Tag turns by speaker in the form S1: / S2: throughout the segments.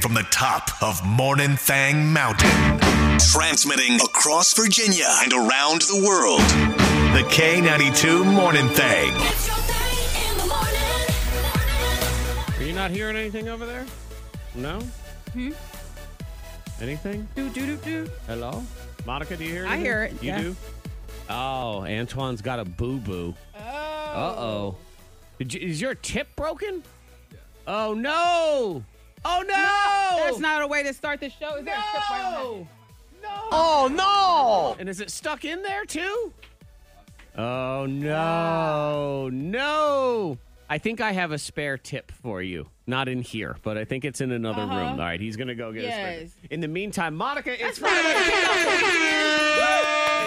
S1: from the top of Morning Thang Mountain, transmitting across Virginia and around the world. The K92 Morning Thang.
S2: It's your thing in the morning.
S3: Are you not hearing anything over there? No? Hmm? Anything?
S4: Do do do do.
S3: Hello? Monica, do you hear
S4: I
S3: anything?
S4: hear it,
S3: You
S4: yeah.
S3: do? Oh, Antoine's got a boo boo. Oh. Uh oh. Is your tip broken? Oh, no. Oh, no.
S4: That's not a way to start the show. Is there a tip right on that?
S3: No. Oh no! And is it stuck in there too? Oh no, no! I think I have a spare tip for you. Not in here, but I think it's in another room. All right, he's gonna go get a
S4: Yes.
S3: spare. In the meantime, Monica, it's Friday.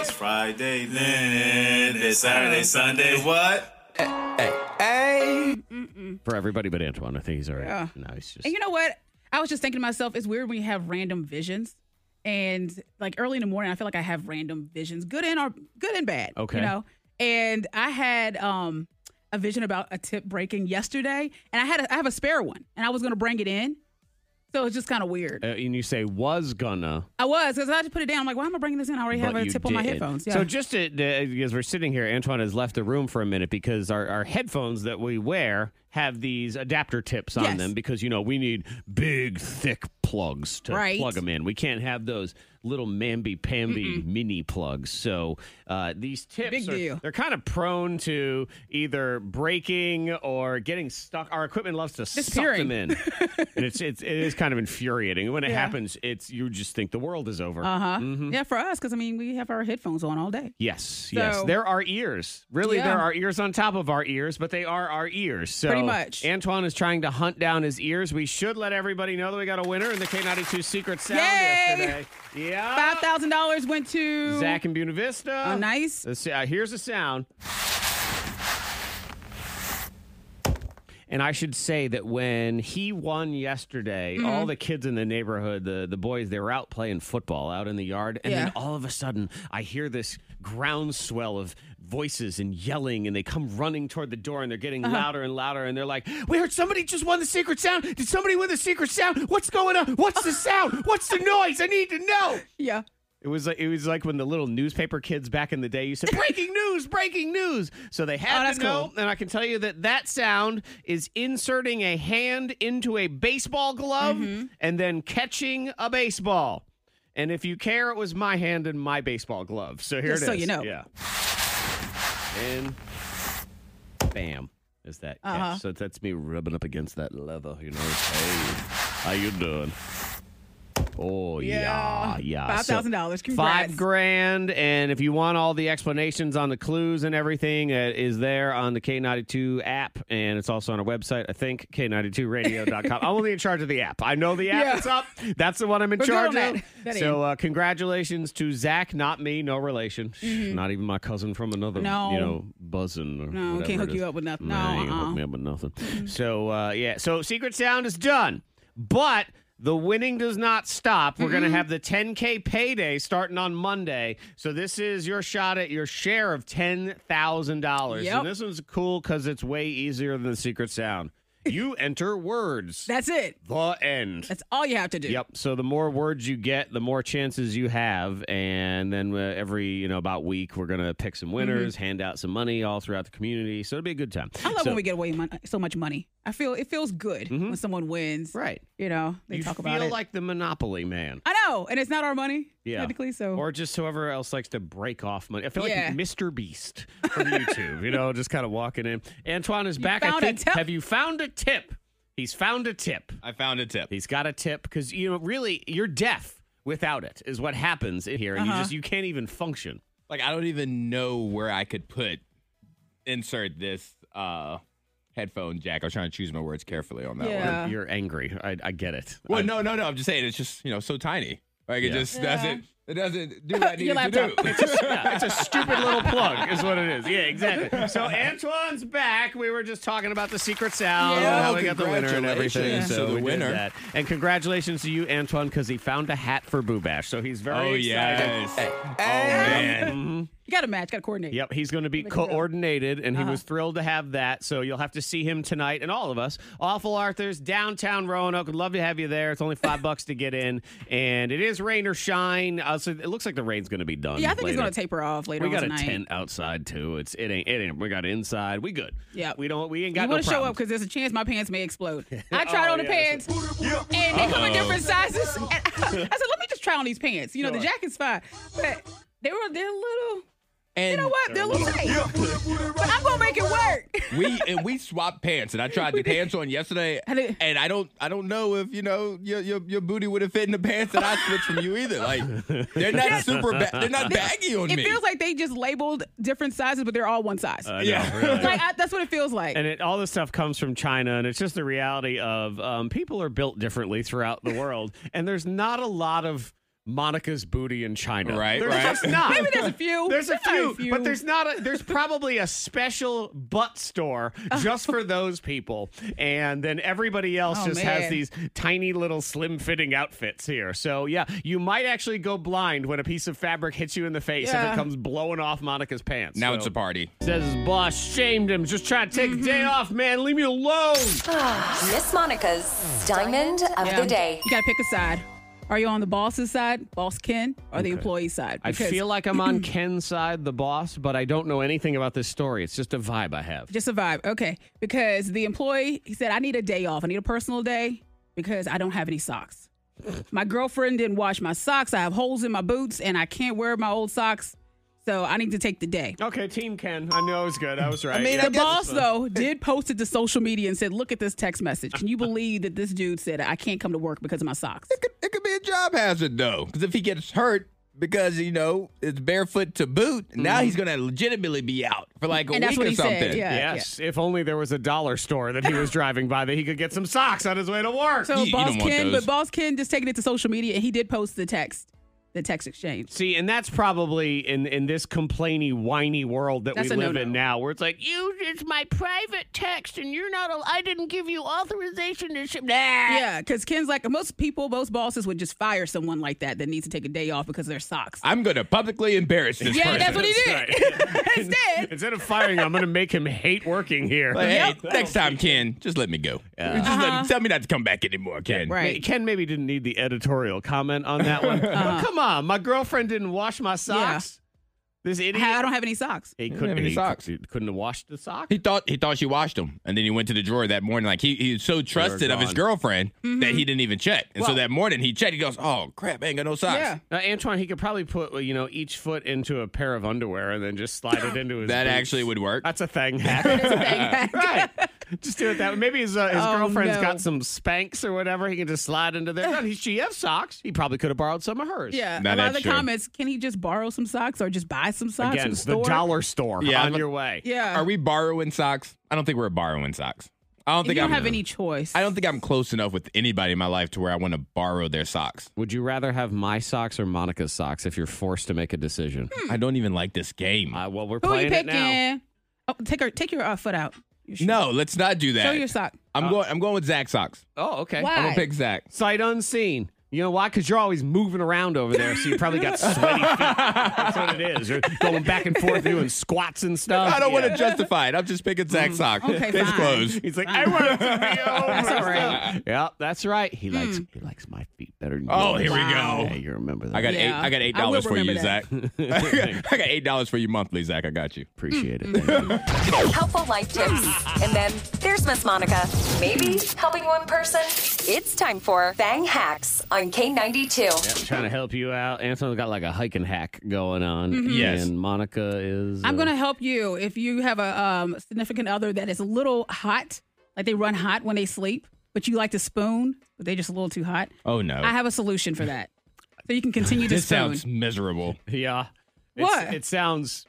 S5: It's Friday, then it's Saturday, Sunday. What?
S3: for everybody but Antoine. I think he's all right.
S4: Yeah.
S3: No, he's just.
S4: And you know what? I was just thinking to myself, it's weird when you have random visions. And like early in the morning, I feel like I have random visions, good and or good and bad.
S3: Okay.
S4: You know? And I had um a vision about a tip breaking yesterday, and I had a, I have a spare one, and I was gonna bring it in. So it's just kind of weird.
S3: uh, and you say was gonna.
S4: I was because I had to put it down. I'm like, why am I bringing this in? I already have
S3: but
S4: a
S3: you
S4: tip on my
S3: did.
S4: headphones. Yeah.
S3: So just to, to- because we're sitting here, Antoine has left the room for a minute because our, our headphones that we wear have these adapter tips on
S4: Yes.
S3: them because you know we need big thick plugs to
S4: Right.
S3: plug them in. We can't have those little mamby pamby mini plugs. So uh, these tips
S4: Big
S3: are
S4: deal.
S3: they're kind of prone to either breaking or getting stuck. Our equipment loves to suck
S4: Disappearing.
S3: them in, and it's, it's it is kind of infuriating. When it happens, it's you just think the world is over.
S4: uh huh.
S3: Mm-hmm.
S4: Yeah, for us, because I mean, we have our headphones on all day.
S3: Yes, yes.
S4: So-
S3: There are ears. Really,
S4: Yeah.
S3: there are ears on top of our ears, but they are our ears. So
S4: Pretty much.
S3: Antoine is trying to hunt down his ears. We should let everybody know that we got a winner in the K92 Secret Sound
S4: Yay!
S3: yesterday. Yeah.
S4: Five thousand dollars went to
S3: Zach and Buena Vista.
S4: Oh, nice.
S3: Let's see, uh, here's the sound. And I should say that when he won yesterday,
S4: Mm-hmm.
S3: all the kids in the neighborhood, the, the boys, they were out playing football out in the yard. And
S4: Yeah.
S3: then all of a sudden, I hear this groundswell of voices and yelling, and they come running toward the door and they're getting
S4: Uh-huh.
S3: louder and louder. And they're like, We heard somebody just won the secret sound. Did somebody win the secret sound? What's going on? What's the sound? What's the noise? I need to know.
S4: Yeah.
S3: It was like it was like when the little newspaper kids back in the day used to breaking news, breaking news. So they
S4: Oh,
S3: had
S4: that's
S3: to know, and I can tell you that that sound is inserting a hand into a baseball glove
S4: Mm-hmm.
S3: and then catching a baseball. And if you care, it was my hand in my baseball glove. So here
S4: Just
S3: it is.
S4: so you know.
S3: Yeah. And bam is that catch.
S4: Uh-huh.
S3: So that's me rubbing up against that leather. You know. Hey, how you doing? Oh yeah,
S4: Yeah.
S3: yeah.
S4: Five
S3: So-
S4: thousand dollars. Congrats.
S3: five grand and if you want all the explanations on the clues and everything it is there on the k92 app and it's also on our website i think k92radio.com i'm only in charge of the app i know the app
S4: Yeah.
S3: is up that's the one i'm in
S4: We're good
S3: charge
S4: on that.
S3: of
S4: That
S3: so uh, congratulations to zach not me no relation not even my cousin from another
S4: Mm-hmm. No.
S3: you know buzzing or
S4: No,
S3: whatever
S4: can't hook
S3: it is.
S4: you up with nothing.
S3: Nah,
S4: No,
S3: you can hook
S4: uh-uh.
S3: me up with nothing. So uh, yeah, so Secret Sound is done, but the winning does not stop. We're
S4: Mm-hmm.
S3: gonna have the 10k payday starting on Monday. So this is your shot at your share of ten thousand dollars.
S4: Yep.
S3: And this one's cool because it's way easier than the Secret Sound. You enter words.
S4: That's it.
S3: the end.
S4: That's all you have to do.
S3: Yep. So the more words you get, the more chances you have, and then uh, every you know about week we're gonna pick
S4: Mm-hmm.
S3: some winners, hand out some money all throughout the community. So it'll be a good time.
S4: I love
S3: So- Mm-hmm.
S4: when we get away mon- so much money. I feel it feels good when someone wins.
S3: right.
S4: You know, they
S3: you
S4: talk
S3: feel
S4: about it.
S3: like the Monopoly man.
S4: I know, and it's not our money.
S3: Yeah.
S4: Technically, so
S3: Or just whoever else likes to break off money. I feel
S4: Oh. Yeah.
S3: like Mr. Beast from YouTube, you know, just kind of walking in. Antoine is back. I
S4: found a
S3: think.
S4: tip?
S3: Have you found a tip? He's found a tip.
S5: I found a tip.
S3: He's got a tip because you know, really, you're deaf without it is what happens in here, and
S4: Uh-huh.
S3: you just you can't even function.
S6: like I don't even know where I could put insert this uh headphone jack. I was trying to choose my words carefully on that one.
S4: yeah.
S3: You're angry. I, I get it. I-
S6: Well, no, no, no. I'm just saying it's just you know so tiny. Like it
S3: Yeah.
S6: just
S4: Yeah.
S6: doesn't it doesn't do what it
S4: Your
S6: needed to
S4: laptop.
S6: do.
S3: Yeah, it's a stupid little plug, is what it is. Yeah, exactly. So Antoine's back. We were just talking about the secret sound
S4: Yeah.
S3: and how we got the winner and everything.
S6: Oh, Congratulations
S3: So
S6: to
S3: we
S6: the
S3: did
S6: winner.
S3: that. And congratulations to you, Antoine, because he found a hat for Boobash. So he's very
S6: oh
S3: excited.
S6: yes. Oh man.
S3: Mhm.
S4: You got to match. Got to coordinate.
S3: Yep, he's going to be coordinated, and
S4: Uh-huh.
S3: he was thrilled to have that. So you'll have to see him tonight, and all of us. Awful Arthur's downtown Roanoke. Would love to have you there. It's only five bucks to get in, and it is rain or shine. Uh, so it looks like the rain's going to be done.
S4: Yeah, I think it's
S3: later.
S4: going to taper off later
S3: We got
S4: on tonight.
S3: a tent outside too. It's it ain't it ain't. We got inside. We good.
S4: Yep.
S3: We don't. We ain't got
S4: You
S3: no
S4: want to show up
S3: problems. Oh,
S4: because there's a chance my pants may explode. I tried on the
S3: yeah,
S4: pants, and they come in different sizes. And I, said, let me just try on these pants. You know, the jacket's fine, but they were they're a little.
S6: And
S4: You
S3: Mm.
S4: know what? They're a little tight, but I'm gonna make it work.
S6: we and we swapped pants, and I tried the pants on yesterday,
S4: I did-
S6: and I don't I don't know if you know your your, your booty would have fit in the pants that I switched from you either. Like they're not super ba- they're not baggy on
S4: It
S6: me.
S4: feels like they just labeled different sizes, but they're all one size.
S3: I know,
S6: Yeah.
S3: really.
S4: like I, that's what it feels like.
S3: Uh, and it, all this stuff comes from China, and it's just the reality of um, people are built differently throughout the world, and there's not a lot of Monica's booty in China,
S6: Right,
S3: There's
S6: right.
S3: just not.
S4: Maybe there's a few.
S3: There's a
S4: Probably
S3: few, but there's not a there's probably a special butt store
S4: Oh.
S3: just for those people. And then everybody else
S4: Oh,
S3: just has
S4: man.
S3: these tiny little slim fitting outfits here. So yeah, you might actually go blind when a piece of fabric hits you in the face if
S4: Yeah.
S3: it comes blowing off Monica's pants.
S6: now
S3: So-
S6: it's a party.
S3: Says his boss shamed him. Just trying to take
S4: Mm-hmm.
S3: a day off, man. Leave me alone.
S7: Miss Monica's Diamond of
S4: Yeah.
S7: the Day.
S4: You gotta pick a side. Are you on the boss's side, boss Ken, or the employee side?
S3: I
S4: Because
S3: feel like I'm on Ken's side, the boss, but I don't know anything about this story. It's just a vibe I have.
S4: just a vibe. Okay, because the employee he said I need a day off. I need a personal day because I don't have any socks. my girlfriend didn't wash my socks. I have holes in my boots, and I can't wear my old socks. So I need to take the day.
S3: Okay, Team Ken. I knew I was good. I was right.
S6: mean,
S3: Yeah.
S6: I
S4: The
S6: guess-
S4: boss, though, did post it to social media and said, Look at this text message. Can you believe that this dude said, I can't come to work because of my socks?
S6: It could, it could be a job hazard though, because if he gets hurt because you know it's barefoot to boot, now he's gonna legitimately be out for like a
S4: And that's
S6: week
S4: what
S6: or
S4: he
S6: something.
S4: said, yeah.
S3: Yes, if only there was a dollar store that he was driving by that he could get some socks on his way to work.
S4: So
S6: You- you
S4: Boss
S6: don't want
S4: Ken, but
S6: those.
S4: Boss Ken just taking it to social media, and he did post the text, the text exchange.
S3: See, and that's probably in in this complainy, whiny world that
S4: That's
S3: we
S4: a
S3: live
S4: no-no.
S3: in now, where it's like you, it's my private text, and you're not. al- I didn't give you authorization to ship. Nah.
S4: Yeah, because Ken's like most people, most bosses would just fire someone like that that needs to take a day off because of their socks.
S6: I'm gonna publicly embarrass this
S4: yeah,
S6: person.
S4: that's what he did.
S3: right.
S4: Instead,
S3: Instead of firing, him, I'm going to make him hate working here.
S6: Like, hey,
S4: Yep.
S6: next time, Ken, just let me go. Just let, tell me not to come back anymore, Ken.
S3: Hey,
S4: Uh-huh. right?
S3: Ken maybe didn't need the editorial comment on that one.
S4: Uh-huh.
S3: But come on, my girlfriend didn't wash my socks. This idiot.
S4: I I don't have any socks.
S3: he
S6: have
S3: couldn't
S6: any
S3: he
S6: socks.
S3: cou- couldn't have washed the sock.
S6: He thought he thought she washed him, and then he went to the drawer that morning. Like he he was so trusted of his
S3: gone.
S6: girlfriend
S4: Mm-hmm.
S6: that he didn't even check. And so
S3: Well-
S6: that morning he checked. He goes, "Oh crap, I ain't got no socks."
S4: Yeah.
S3: Now, Uh, Antoine, he could probably put you know each foot into a pair of underwear and then just slide it into his.
S6: That
S3: boots.
S6: actually would work.
S3: That's a thing hack. right. Just do it that way. Maybe his, uh, his
S4: Oh,
S3: girlfriend's
S4: no.
S3: got some spanks or whatever. He can just slide into there. No, he, she has socks. He probably could have borrowed some of hers.
S4: Yeah, a lot
S6: Nah,
S4: of
S6: that's
S4: the
S6: true.
S4: comments. Can he just borrow some socks or just buy some socks
S3: Again,
S4: from the
S3: it's the
S4: store?
S3: dollar store
S6: Yeah,
S3: on
S6: but-
S3: your way.
S4: Yeah,
S6: Are we borrowing socks? I don't think we're borrowing socks. I don't
S4: You
S6: think
S4: don't
S6: I'm,
S4: have any choice.
S6: I don't think I'm close enough with anybody in my life to where I want to borrow their socks.
S3: Would you rather have my socks or Monica's socks if you're forced to make a decision?
S6: I don't even like this game.
S3: Uh, well, we're
S4: Hmm. Who you
S3: playing it now.
S4: picking? Oh, take her. Take your uh, foot out. Your shoe.
S6: no, let's not do that.
S4: Show your sock. Oh.
S6: I'm going. I'm going with Zach socks.
S3: Oh, okay.
S4: Why?
S6: I'm gonna pick Zach.
S3: Sight unseen. You know why? Because you're always moving around over there, so you probably got sweaty feet. That's what it is. You're going back and forth, doing squats and stuff.
S6: I don't want to justify it. I'm just picking Zach socks.
S4: Oh, Mm. Okay,
S6: it's
S4: fine.
S6: close.
S3: He's like, I want it to be over. Hmm. that's Yeah, that's right. He likes he likes my feet better. Than
S6: Oh,
S3: yours.
S6: here we go.
S3: Yeah, you remember that?
S6: I got
S4: Yeah.
S6: eight. I got eight
S4: I will
S6: dollars for you,
S4: remember
S6: Zach.
S4: that.
S6: I got eight dollars for you monthly, Zach. I got you.
S3: appreciate it.
S7: Helpful life tips. And then there's Miss Monica. Maybe helping one person. It's time for Bang Hacks on K92.
S3: Trying to help you out. Anton's got like a hiking hack going on.
S6: Yes.
S3: and Monica is.
S4: I'm
S3: uh,
S4: gonna help you if you have a um, significant other that is a little hot, like they run hot when they sleep, but you like to spoon, but they're just a little too hot.
S6: Oh no!
S4: I have a solution for that, so you can continue to
S6: this
S4: spoon.
S6: sounds miserable.
S3: Yeah.
S4: What?
S3: It's, it sounds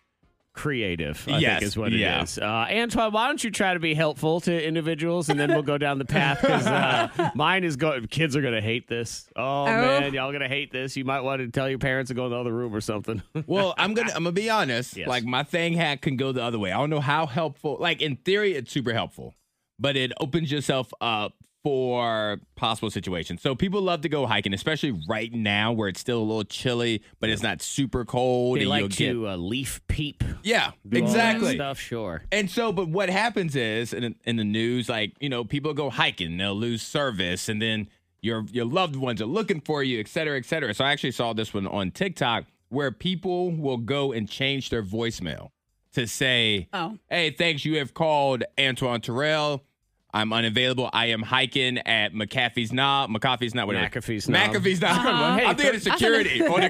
S3: creative, I
S6: Yes,
S3: think is what it is.
S6: yeah.
S3: Uh, Antoine, why don't you try to be helpful to individuals and then we'll go down the path because uh, mine is going, kids are going to hate this. Oh, man, y'all going to hate this. You might want to tell your parents to go in the other room or something.
S6: Well, I'm gonna. I'm gonna be honest.
S3: Yes.
S6: Like my thing hack can go the other way. I don't know how helpful. Like in theory, it's super helpful, but it opens yourself up for possible situations. So people love to go hiking, especially right now where it's still a little chilly, but it's not super cold.
S3: They
S6: and
S3: like
S6: you'll
S3: to
S6: get-
S3: uh, leaf peep.
S6: yeah,
S3: do all that
S6: exactly.
S3: Stuff, sure.
S6: And so, but what happens is in, in the news, like you know, people go hiking, they'll lose service, and then your your loved ones are looking for you, et cetera, et cetera. So I actually saw this one on TikTok where people will go and change their voicemail to say,
S4: Oh.
S6: hey, thanks, you have called Antoine Terrell. I'm unavailable. I am hiking at McAfee's Knob. McAfee's Knob, whatever.
S3: McAfee's Knob.
S6: McAfee's Knob.
S3: Hey,
S6: I'm thinking of security on the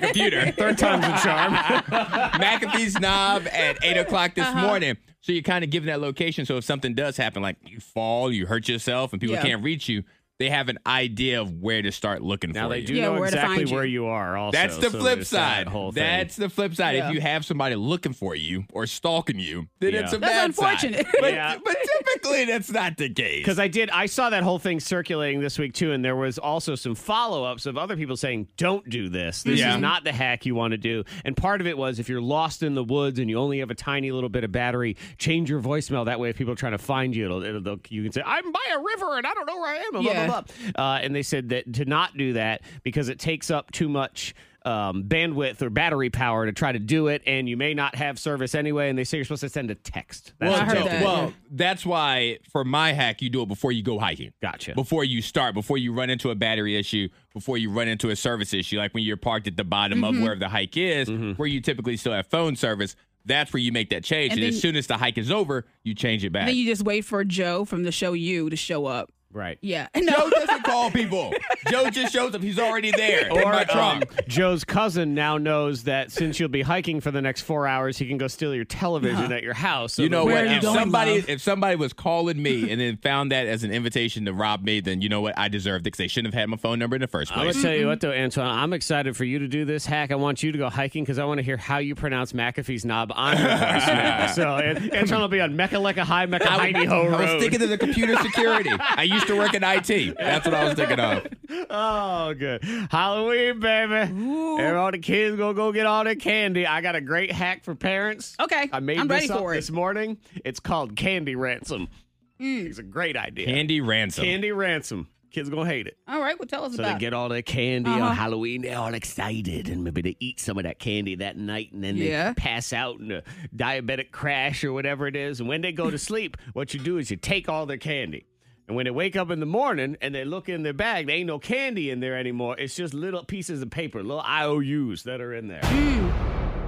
S6: computer.
S3: Third time's a charm.
S6: McAfee's knob at eight o'clock this
S4: Uh-huh.
S6: morning. So you're kind of given that location. So if something does happen, like you fall, you hurt yourself, and people
S4: Yeah.
S6: can't reach you, they have an idea of where to start looking
S3: now
S6: for
S3: they
S6: you.
S3: do
S4: Yeah,
S3: know
S4: where to
S3: exactly
S4: find you.
S3: where you are. Also,
S6: That's
S3: so
S6: the flip
S3: there's that
S6: side.
S3: whole thing.
S6: That's the flip side.
S4: Yeah.
S6: If you have somebody looking for you or stalking you, then
S3: Yeah.
S6: it's a
S4: That's
S6: bad
S4: unfortunate.
S6: side. But,
S3: Yeah.
S6: but typically, that's not the case.
S3: Because I did, I saw that whole thing circulating this week too, and there was also some follow ups of other people saying, "Don't do this. This
S6: Yeah.
S3: is not the hack you want to do." And part of it was if you're lost in the woods and you only have a tiny little bit of battery, change your voicemail. That way, if people are trying to find you, it'll, it'll, they'll- you can say, "I'm by a river and I don't know where I am." and Blah
S4: Yeah.
S3: blah blah. Uh, and they said that to not do that because it takes up too much. Um, bandwidth or battery power to try to do it, and you may not have service anyway. And they say you're supposed to send a text. That's
S6: well,
S4: I heard
S6: no,
S3: the-
S4: that.
S6: well, that's why for my hack, you do it before you go hiking.
S3: Gotcha.
S6: Before you start, before you run into a battery issue, before you run into a service issue, like when you're parked at the bottom of
S4: Mm-hmm.
S6: wherever the hike is, where you typically still have phone service, that's where you make that change. And,
S4: And
S6: as
S4: then-
S6: soon as the hike is over, you change it back.
S4: Then you just wait for Joe from the show you to show up.
S3: right.
S4: Yeah.
S6: Joe doesn't call people. Joe just shows up. He's already there in my trunk.
S3: um, Joe's cousin now knows that since you'll be hiking for the next four hours, he can go steal your television at your house. So
S6: you know
S3: the-
S4: Where
S6: what?
S4: are you
S6: If
S4: going,
S6: somebody
S4: love?
S6: if somebody was calling me and then found that as an invitation to rob me, then you know what? I deserved it because they shouldn't have had my phone number in the first
S3: I'm
S6: place.
S3: gonna tell you what though, Antoine. I'm excited for you to do this hack. I want you to go hiking because I want to hear how you pronounce McAfee's knob on your voicemail. so An- Antoine will be on Mecca like a high Mecca Heidi Ho
S6: I was
S3: Road.
S6: thinking of the computer security. I used to work in IT. That's what I was thinking of.
S3: oh, good Halloween, baby! And all the kids gonna go get all their candy. I got a great hack for parents.
S4: Okay,
S3: I made
S4: I'm
S3: this
S4: ready
S3: up
S4: for it.
S3: this morning. It's called Candy Ransom.
S4: Mm.
S3: It's a great idea.
S6: Andy Ransom.
S3: Candy ransom. Kids gonna hate it.
S4: All right. Well, tell us
S3: So
S4: about
S3: they
S4: it.
S3: get all their candy
S4: Uh-huh.
S3: on Halloween. They're all excited, and maybe they eat some of that candy that night, and then
S4: Yeah.
S3: they pass out in a diabetic crash or whatever it is. And when they go to sleep, what you do is you take all their candy. And when they wake up in the morning and they look in their bag, there ain't no candy in there anymore. It's just little pieces of paper, little IOUs that are in there.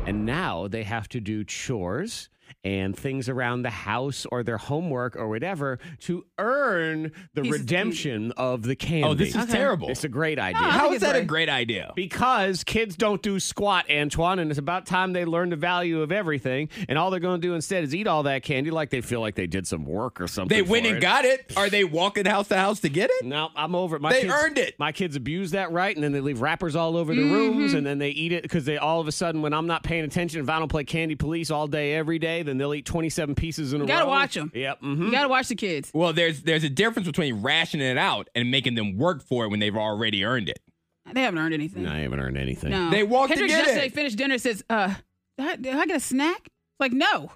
S3: And now they have to do chores and things around the house or their homework or whatever to earn the
S4: Pieces of candy.
S3: redemption of the candy.
S6: Oh, this is terrible.
S3: It's a great idea.
S6: How
S4: think
S6: is
S4: it's
S6: that a
S4: right.
S6: great idea?
S3: Because kids don't do squat, Antoine, and it's about time they learn the value of everything. And all they're going to do instead is eat all that candy like they feel like they did some work or something.
S6: They went
S3: for
S6: and
S3: it.
S6: got it. Are they walking house to house to get it?
S3: No, I'm over it. My
S6: They
S3: kids,
S6: earned it. Mm-hmm.
S3: My kids abuse that right, and then they leave wrappers all over the rooms, and then they eat it because they all of a sudden, when I'm not paying attention, if I don't play Candy Police all day every day, then they'll eat 27 pieces in a
S4: You gotta
S3: row.
S4: watch 'em.
S3: Yep. hmm
S4: You got to watch the kids.
S6: Well, there's there's a difference between rationing it out and making them work for it when they've already earned it.
S4: They haven't earned anything.
S3: I haven't earned anything.
S4: No.
S6: They walked to
S4: Hendrix
S6: get
S4: yesterday
S6: it.
S4: finished dinner says, uh, did I, did I get a snack? Like, no.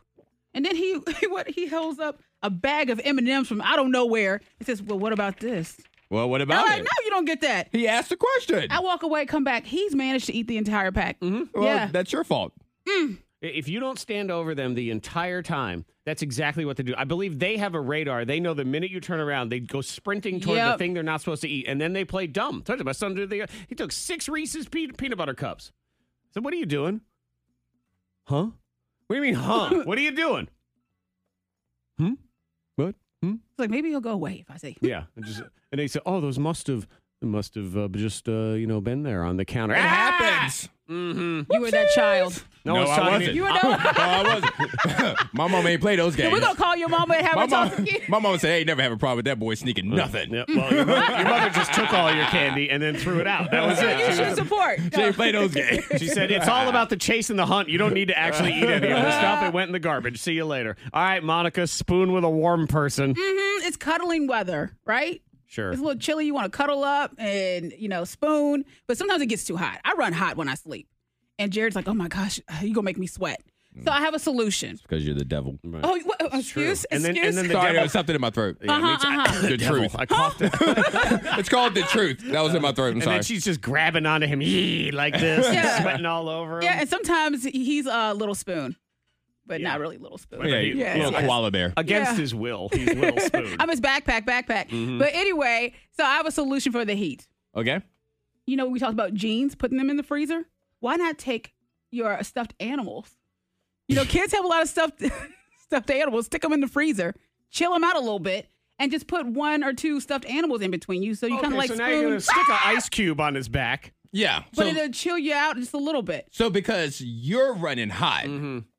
S4: And then he what he holds up a bag of M&Ms from I don't know where. He says, well, what about this?
S6: Well, what
S4: I'm
S6: about
S4: like,
S6: it?
S4: no, you don't get that.
S6: He asked the question.
S4: I walk away, come back. He's managed to eat the entire pack.
S6: Mm-hmm. well,
S4: yeah.
S6: that's your fault.
S3: If you don't stand over them the entire time, that's exactly what they do. I believe they have a radar. They know the minute you turn around, they go sprinting toward the
S4: Yep.
S3: thing they're not supposed to eat, and then they play dumb. Told you, my son did the, he took six Reese's pe- peanut butter cups. So what are you doing? Huh? What do you mean, huh? what are you doing? Hmm? What? Hmm?
S4: It's like, maybe he'll go away if I say,
S3: Yeah. And, just, and they said, oh, those must have must have uh, just uh, you know been there on the counter.
S4: Ah!
S6: It happens.
S3: Mm-hmm.
S4: you were that child.
S3: No,
S6: Ah! no,
S3: one's
S6: I
S3: talking to
S6: wasn't.
S3: me.
S4: You were
S6: no,
S4: that
S6: I wasn't. My mom ain't play those games.
S4: We're going to call your mama and have
S6: my,
S4: her talk
S6: mom,
S4: again.
S6: my mom said, "Hey, never have a problem with that boy
S3: Uh.
S6: sneaking nothing."
S3: Yeah, well, your mother, your mother just took all your candy and then threw it out. That was
S4: You
S3: it. She,
S4: should
S3: was-
S4: support.
S6: She ain't play those games.
S3: she said, It's all about the chase and the hunt. You don't need to actually eat any of this stuff. It went in the garbage. See you later. All right, Monica, spoon with a warm person.
S4: Mhm, It's cuddling weather, right?
S3: Sure.
S4: It's a little chilly. You want to cuddle up and, you know, spoon. But sometimes it gets too hot. I run hot when I sleep. And Jared's like, oh my gosh, you going to make me sweat. So I have a solution.
S6: because you're the devil.
S4: Oh, what, excuse,
S3: And then- and
S4: excuse. Uh-huh,
S3: then the
S6: Sorry,
S3: devil-
S6: there was something in my throat. The
S3: Devil.
S6: truth.
S3: I coughed it.
S6: It's called the truth. That was in my throat. I'm
S3: and
S6: sorry.
S3: then she's just grabbing onto him yee, like this, and
S4: Yeah.
S3: sweating all over him.
S4: yeah, and sometimes he's a little spoon, but
S3: Yeah.
S4: not really little spoon.
S6: yeah, you
S4: Yes,
S6: little
S4: yes.
S6: koala bear.
S3: Against Mm-hmm.
S4: Yeah.
S3: his will. He's Will Spoon.
S4: I'm his backpack, backpack. But anyway, so I have a solution for the heat.
S6: Okay.
S4: You know, we talked about jeans, putting them in the freezer. Why not take your stuffed animals? You know, kids have a lot of stuffed stuffed animals. Stick them in the freezer, chill them out a little bit, and just put one or two stuffed animals in between you. So you kind
S3: Okay,
S4: of like
S3: so now you're
S4: spoon,
S3: gonna stick an ice cube on his back.
S6: Yeah.
S4: but uh,
S6: So,
S4: it'll chill you out just a little bit.
S6: so because you're running hot,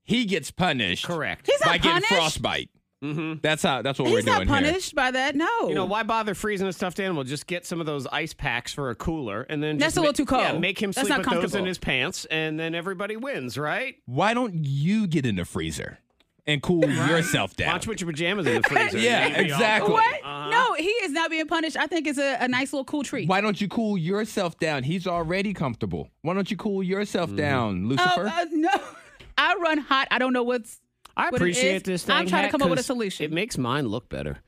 S6: he gets punished.
S3: Correct.
S4: He's
S6: by
S4: not
S6: getting
S4: punished.
S6: frostbite. Mm-hmm. That's how. That's what
S4: He's
S6: we're
S4: not
S6: doing here.
S4: punished by that. No.
S3: You know, why bother freezing a stuffed animal? Just get some of those ice packs for a cooler and then
S4: That's
S3: just
S4: a little
S3: make-
S4: too cold.
S3: Yeah, make him
S4: That's
S3: sleep
S4: not
S3: with those in
S4: comfortable.
S3: his pants and then everybody wins, right?
S6: Why don't you get in the freezer and cool yourself down?
S3: Watch what your pajamas in the freezer.
S6: Yeah,
S3: You'd be all-
S6: exactly.
S4: What?
S3: Uh-huh.
S4: No, he is not being punished. I think it's a, a nice little cool treat.
S6: Why don't you cool yourself down? He's already comfortable. Why don't you cool yourself down,
S4: Oh,
S6: Lucifer?
S4: uh, no. I run hot. I don't know what's.
S3: I
S4: What it is,
S3: appreciate this thing.
S4: I'm trying to
S3: Hat,
S4: come up with a
S3: 'cause
S4: solution.
S3: It makes mine look better.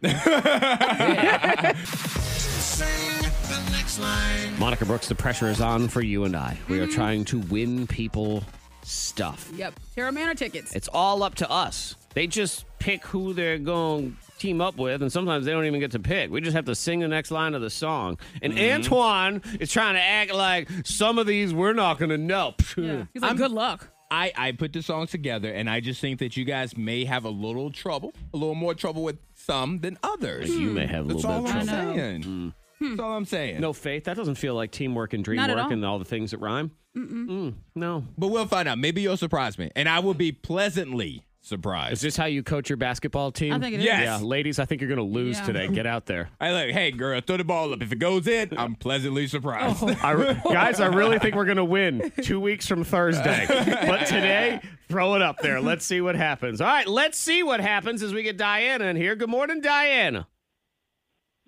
S3: Monica Brooks, the pressure is on for you and I. We are
S4: Mm-hmm.
S3: trying to win people stuff.
S4: Yep. Terra Manor tickets.
S3: It's all up to us. They just pick who they're going to team up with, and sometimes they don't even get to pick. We just have to sing the next line of the song. And Antoine is trying to act like some of these we're not going to know.
S4: Yeah. He's like, good luck.
S6: I, I put the songs together, and I just think that you guys may have a little trouble, a little more trouble with some than others.
S3: You may have a
S6: That's
S3: little bit of
S6: all I'm
S3: trouble.
S4: trouble.
S6: saying. That's all I'm saying.
S3: No faith. That doesn't feel like teamwork and dream
S4: Not at
S3: work
S4: all.
S3: and all the things that rhyme. Mm-mm. no.
S6: But we'll find out. Maybe you'll surprise me, and I will be pleasantly surprised.
S3: Is this how you coach your basketball team?
S4: I think it is.
S6: Yes.
S3: Yeah, ladies, I think you're going to lose
S4: Yeah.
S3: today. Get out there.
S6: I like, hey girl, throw the ball up. If it goes in, I'm pleasantly surprised.
S4: Oh.
S3: I re- guys, I really think we're going to win two weeks from Thursday. But today, throw it up there. Let's see what happens. All right, let's see what happens as we get Diana in here. Good morning, Diana.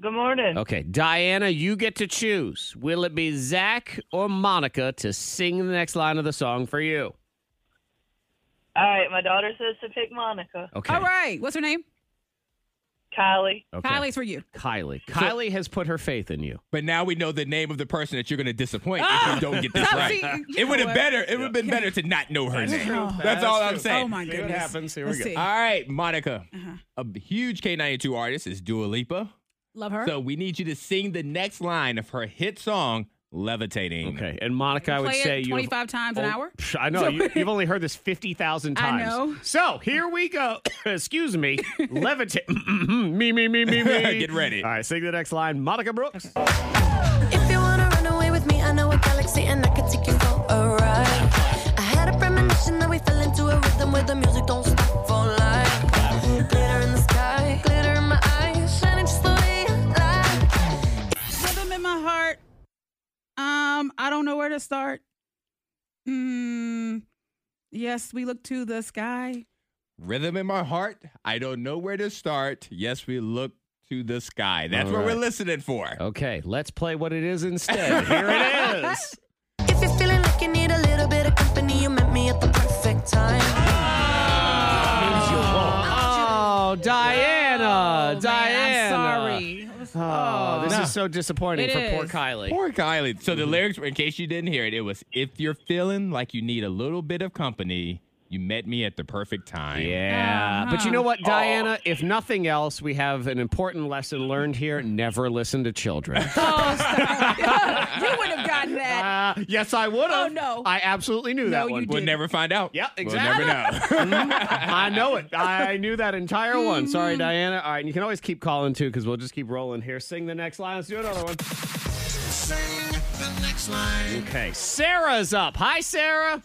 S8: Good morning.
S3: Okay, Diana, you get to choose. Will it be Zach or Monica to sing the next line of the song for you?
S8: All right, my daughter says to pick Monica.
S3: Okay.
S4: All right. What's her name?
S8: Kylie.
S3: okay.
S4: Kylie's for you.
S3: Kylie. Kylie has put her faith in you.
S6: but now we know the name of the person that you're going to disappoint if
S4: Ah!
S6: you don't get this
S4: Stop
S6: right.
S4: seeing- you
S6: it
S4: know
S6: would have
S4: what?
S6: better. It would have been better to not know her name. That's, all I'm saying.
S4: Oh, my Uh-huh.
S3: what
S4: goodness.
S3: happens. Here we
S4: Let's
S3: go.
S4: see.
S6: All right, Monica. A huge K92 artist is Dua Lipa.
S4: Love her.
S6: So we need you to sing the next line of her hit song, Levitating.
S3: Okay, and Monica, I would
S4: Mm. Play
S3: say
S4: it
S3: you
S4: 25 times an
S3: Oh,
S4: hour.
S3: psh, I know you, you've only heard this fifty thousand
S4: I
S3: times.
S4: know.
S3: So here we go. Excuse me, levitate. me, me, me, me, me.
S6: Get ready.
S3: All right, sing the next line, Monica Brooks.
S9: If you wanna run away with me, I know a galaxy and I could take you for a ride. I had a premonition that we fell into a rhythm where the music don't stop for life. Glitter in the sky, glitter in my eyes, shining just the way I like.
S4: Rhythm in my heart. Um, I don't know where to start. Hmm. Yes, we look to the sky.
S6: Rhythm in my heart. I don't know where to start. Yes, we look to the sky. That's
S3: All
S6: what
S3: right.
S6: we're listening for.
S3: Okay, let's play what it is instead. Here it is.
S9: If you're feeling like you need a little bit of company, you met me at the perfect time.
S3: Oh, Diana, Diana.
S4: oh, Man, I'm sorry.
S3: Oh, this
S6: No.
S3: is so disappointing
S4: It
S3: for poor
S4: is.
S3: Kylie.
S6: Poor Kylie. So
S3: Mm-hmm.
S6: the lyrics, were- in case you didn't hear it, it was if you're feeling like you need a little bit of company, you met me at the perfect time.
S3: Yeah.
S4: Uh-huh.
S3: But you know
S4: Oh.
S3: what, Diana? If nothing else, we have an important lesson learned here. Never listen to children.
S4: Oh, stop. you would have gotten that.
S3: Uh, yes, I would have.
S4: Oh, no.
S3: I absolutely knew
S4: No,
S3: that one.
S4: you
S6: We'll
S4: didn't.
S6: never find out.
S3: Yep,
S6: We'll never know.
S3: I know it. I knew that entire one.
S4: Hmm.
S3: Sorry, Diana. All right, and you can always keep calling too because we'll just keep rolling here. Sing the next line. Let's do another one. Okay, Sarah's up. Hi, Sarah.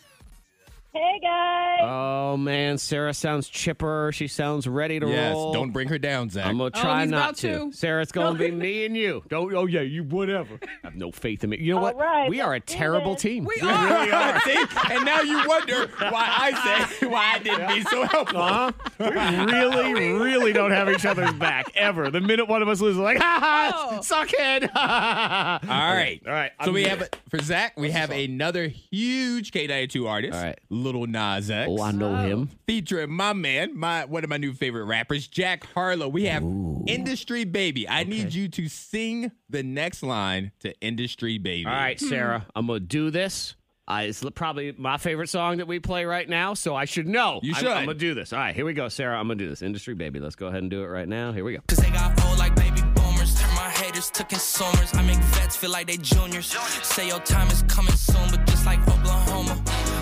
S8: Hey guys.
S3: Oh man, Sarah sounds chipper. She sounds ready to
S6: yes,
S3: roll.
S6: don't bring her down, Zach.
S3: I'm gonna try
S4: Oh, he's
S3: not
S4: about
S3: to.
S4: to.
S3: Sarah, it's gonna be me and you. Don't. Oh yeah, you whatever. I have no faith in me. You know what?
S8: All right,
S3: we are a
S8: let's do
S3: terrible
S8: this.
S3: team.
S4: We are.
S6: See? And now you wonder why I say why I didn't be so helpful.
S3: Huh? We really, really don't have each other's back ever. The minute one of us loses, like, ha ha,
S4: Oh.
S3: suckhead.
S6: All right.
S3: All right.
S6: So
S3: I'm
S6: we
S3: good.
S6: have for Zach, we have another huge K92 artist.
S3: All right.
S6: Little Nas X.
S3: Oh, I know him.
S6: Featuring my man, my one of my new favorite rappers, Jack Harlow. We have Industry Baby. I need you to sing the next line to Industry Baby.
S3: All
S4: Hmm.
S3: right, Sarah, I'm gonna do this. I it's li- probably my favorite song that we play right now, so I should know.
S6: You
S3: I'm-
S6: should.
S3: I'm, gonna do this. All right, here we go, Sarah. I'm gonna do this. Industry baby, let's go ahead and do it right now. Here we go.
S10: Cause they got old like baby boomers. Turn my haters to consumers. I make vets feel like they juniors. Say your time is coming soon, but just like Oklahoma,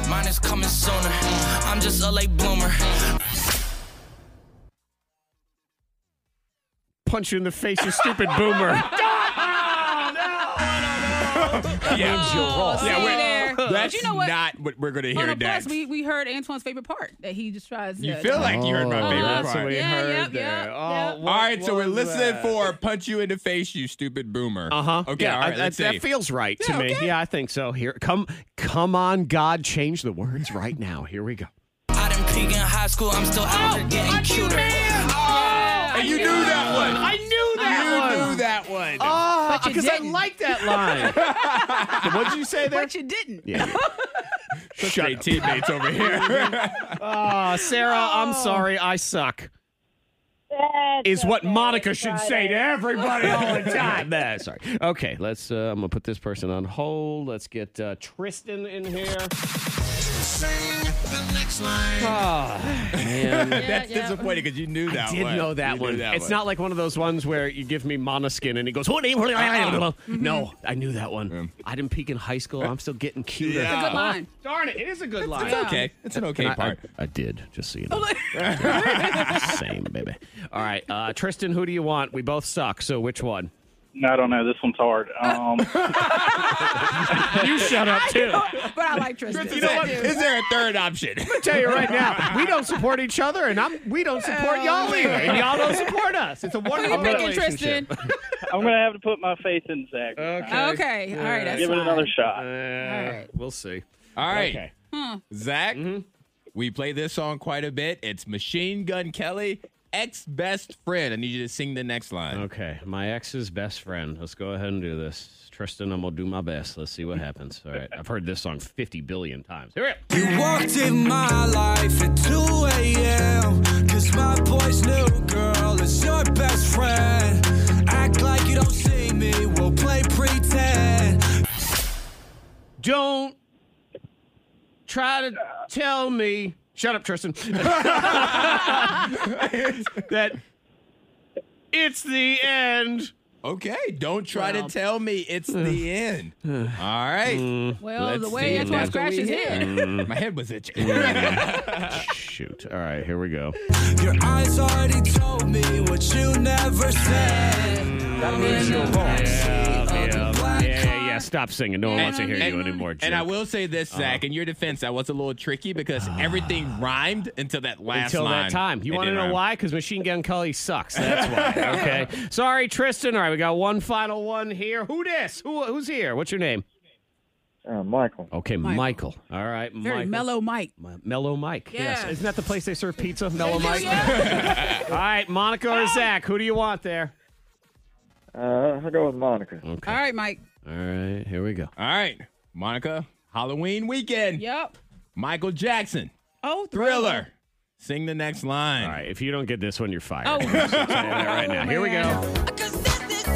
S10: mine is coming sooner. I'm just a late bloomer.
S3: Punch you in the face, you stupid boomer.
S6: Yeah,
S4: Oh, see
S6: Yeah, we're-
S4: there.
S6: that's
S4: But you know what?
S6: not what we're gonna hear
S4: On a plus,
S6: next.
S4: we, we heard Antoine's favorite part that he just tries.
S6: you
S4: to,
S6: feel like you heard my
S4: Oh,
S6: favorite
S4: that's
S6: part.
S4: what we Yeah, heard yep, there. yep, Oh, yep.
S6: all right, so we're listening for "Punch You in the Face, You Stupid Boomer."
S3: Uh huh.
S6: Okay, all
S3: I-
S6: right.
S3: that,
S6: let's
S3: that
S6: see.
S3: feels right to
S6: Yeah,
S3: me.
S6: okay.
S3: Yeah, I think so. Here, come, come on, God, change the words right now. Here we go.
S10: I done peak in high school, I'm still out here getting cuter.
S6: and Oh, you knew that one.
S3: I knew
S6: you knew that one.
S3: Oh,
S4: But you
S3: because I
S4: didn't.
S3: like that line. What'd you say there?
S4: But you didn't.
S3: Yeah.
S6: Shut your teammates over here.
S3: Oh, Sarah, I'm sorry. I suck.
S8: That's
S3: Is what
S8: okay,
S3: Monica
S8: it's
S3: should
S8: Friday.
S3: say to everybody all the time. Nah, sorry. Okay, let's. Uh, I'm gonna put this person on hold. Let's get uh, Tristan in here. Ah, man.
S6: That's disappointing because you knew that
S3: I did
S6: one.
S3: know that
S6: You knew
S3: one. it's
S6: one.
S3: not like one of those ones where you give me monoskin and he goes, No, I knew that one. I didn't peak in high school. I'm still getting cuter. Uh-huh.
S6: Yeah.
S4: Good line.
S3: Darn it, it is a good line.
S6: It's okay. It's an okay
S3: And I-
S6: part.
S3: I, I did, just so you know. Same, baby. All right, uh, Tristan, who do you want? We both suck, so which one?
S5: I don't know. This one's hard. Um,
S3: You shut up, too.
S4: But I like Tristan.
S6: you know what? Is there a third option?
S3: tell you right now, we don't support each other, and I'm we don't support y'all either, and y'all don't support us. It's a
S4: Who you
S3: wonderful
S4: picking,
S3: relationship.
S4: Tristan?
S5: I'm gonna have to put my faith in Zach.
S4: Okay. All right. That's
S5: Give it
S4: fine.
S5: another shot.
S3: Uh,
S4: All right.
S3: We'll see.
S6: All right.
S3: Okay.
S6: Zach, we play this song quite a bit. It's Machine Gun Kelly, ex best friend. I need you to sing the next line.
S3: Okay, my ex's best friend. Let's go ahead and do this. Tristan, I'm gonna do my best. Let's see what happens. All right, I've heard this song 50 billion times. Here we go.
S10: You walked in my life at 2 a.m. Cause my boy's new girl is your best friend. Act like you don't see me, we'll play pretend.
S3: Don't try to tell me. Shut up, Tristan. that it's the end.
S6: Okay. Don't try to tell me it's the end. All right.
S3: Mm-hmm.
S4: Well,
S6: Let's
S4: the
S6: see.
S4: way Antoine
S6: That's
S4: scratched his head.
S6: My head was
S3: Mm-hmm.
S6: itching.
S3: Shoot. All right, here we go.
S10: Your eyes already told me what you never said. That means you're wrong.
S3: Yeah, yeah, yeah. Stop singing. No one wants to hear you anymore.
S6: and I
S3: jerk.
S6: will say this,
S3: Uh-huh.
S6: Zach, in your defense, that was a little tricky because everything rhymed until that last
S3: Ah. until
S6: line.
S3: that time. You
S6: It
S3: want to
S6: didn't
S3: know
S6: rhyme.
S3: why? Because Machine Gun Kelly sucks. That's why. Okay. Sorry, Tristan. All right, we got one final one here. Who this? Who, who's here? What's your name?
S5: Uh, Michael.
S3: Okay, Michael. All right,
S4: Very
S3: Michael.
S4: mellow Mike.
S3: M- Mellow Mike. Yes.
S4: Yeah.
S3: Isn't that the place they serve pizza? Mellow Mike. All right, Monica
S4: Ah!
S3: or Zach? Who do you want there?
S5: Uh, I'll go with Monica.
S4: All right, Mike.
S3: All right, here we go.
S6: All right. Monica, Halloween weekend.
S4: Yep.
S6: Michael Jackson,
S4: Oh,
S6: Thriller. Sing the next line.
S3: All right, if you don't get this one, you're fired.
S4: Oh.
S3: I'm just saying that right now. Here we go.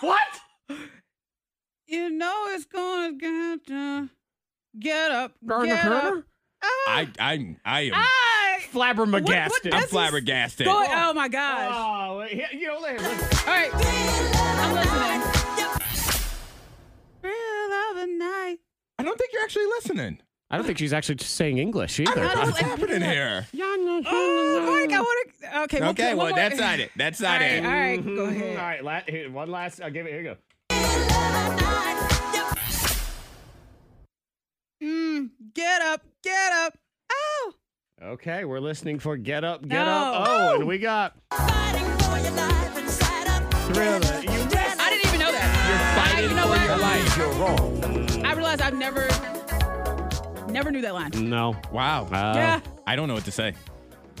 S3: What?
S4: You know it's gonna get uh, get up.
S3: Gardner
S4: get
S3: Kerner?
S4: up. Ah,
S6: I I I am
S4: I-
S3: Flabbermagasted.
S4: What-
S6: I'm
S4: what
S6: flabbergasted.
S4: Go- oh my gosh.
S3: Oh, wait, here- you know, let- let-
S4: All right. I'm listening. Thrill of a night.
S6: I don't think you're actually listening.
S3: I don't think she's actually saying English
S4: I
S3: either.
S4: don't-
S6: What's happening here?
S4: Oh, all right, I wanna, okay, we'll
S6: Okay,
S4: put one
S6: well
S4: more.
S6: that's not it. That's
S4: All
S6: not
S4: right,
S6: it.
S4: all right, go
S3: Mm-hmm. All
S4: ahead.
S3: right, la- here, one last. I'll give it. Here you go.
S4: Mm, get up, get up. Oh,
S3: Okay, we're listening for Get Up, Get
S4: No.
S3: Up. Oh, and we got Thriller. You missed.
S4: I didn't even know that.
S6: Fighting
S4: you know
S6: for
S4: what?
S6: your life.
S4: I realized I've never Never knew that line.
S3: No.
S6: Wow.
S4: Yeah.
S6: I don't know what to say.
S3: uh,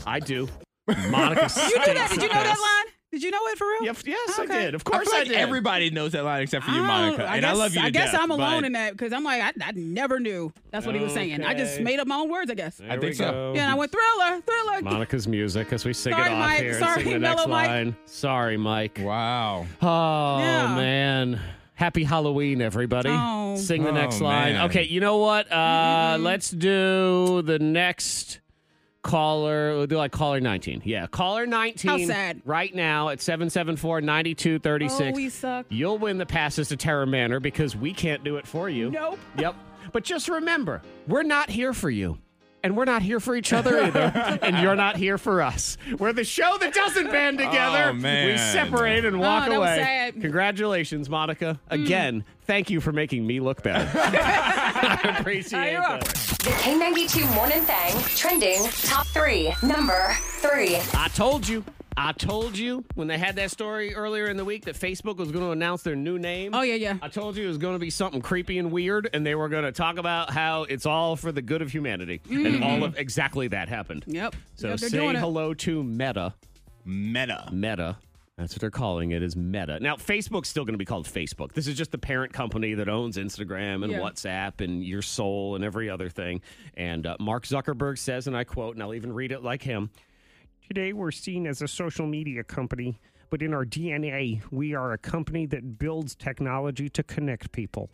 S3: I do. Monica
S4: You knew that. Did you know that line? Did you know it for real?
S3: Yep, yes, I
S4: Okay.
S3: did. Of course
S6: I feel
S3: I,
S6: like
S3: did.
S6: everybody knows that line except for you,
S4: don't-
S6: Monica.
S4: Oh, I
S6: and
S4: guess,
S6: I love you. To
S4: I guess
S6: death,
S4: I'm alone
S6: but
S4: in that because I'm like, I, I never knew that's what he was saying. I just
S3: Okay.
S4: made up my own words, I guess.
S6: I think so.
S4: Yeah, and I went thriller, thriller.
S3: Monica's music as we sing
S4: Sorry,
S3: it off
S4: Mike.
S3: here
S4: Sorry,
S3: and sing the next
S4: Mellow Mike.
S3: line. Sorry, Mike.
S6: Wow.
S3: Oh
S4: Yeah.
S3: man. Happy Halloween, everybody.
S4: Oh. Mm-hmm.
S3: Sing the
S6: Oh,
S3: next line.
S6: man.
S3: Okay, you know what? Uh let's do the next caller. We'll do like caller 19. Yeah, caller 19
S4: How sad.
S3: right now at 774-9236.
S4: Oh, we suck.
S3: You'll win the passes to Terra Manor because we can't do it for you.
S4: Nope.
S3: Yep. But just remember, we're not here for you. And we're not here for each other either. and you're not here for us. We're the show that doesn't band together.
S6: Oh, man.
S3: We separate and walk
S4: Oh, that was
S3: away.
S4: sad.
S3: Congratulations, Monica. Again, thank you for making me look better. I
S4: Oh,
S3: appreciate
S4: you're
S3: that.
S4: welcome.
S7: The K92 Morning Thang trending top three. Number three.
S3: I told you. I told you when they had that story earlier in the week that Facebook was going to announce their new name.
S4: Oh, yeah, yeah.
S3: I told you it was going to be something creepy and weird, and they were going to talk about how it's all for the good of humanity, and all of exactly that happened.
S4: Mm. Yep.
S3: So
S4: Yep, they're
S3: say
S4: doing it.
S3: hello to Meta.
S6: Meta.
S3: Meta. That's what they're calling it is Meta. Now Facebook's still going to be called Facebook. This is just the parent company that owns Instagram and
S4: Yeah.
S3: WhatsApp and your soul and every other thing. And uh, Mark Zuckerberg says and I quote and I'll even read it like him. Today we're seen as a social media company, but in our DNA, we are a company that builds technology to connect people.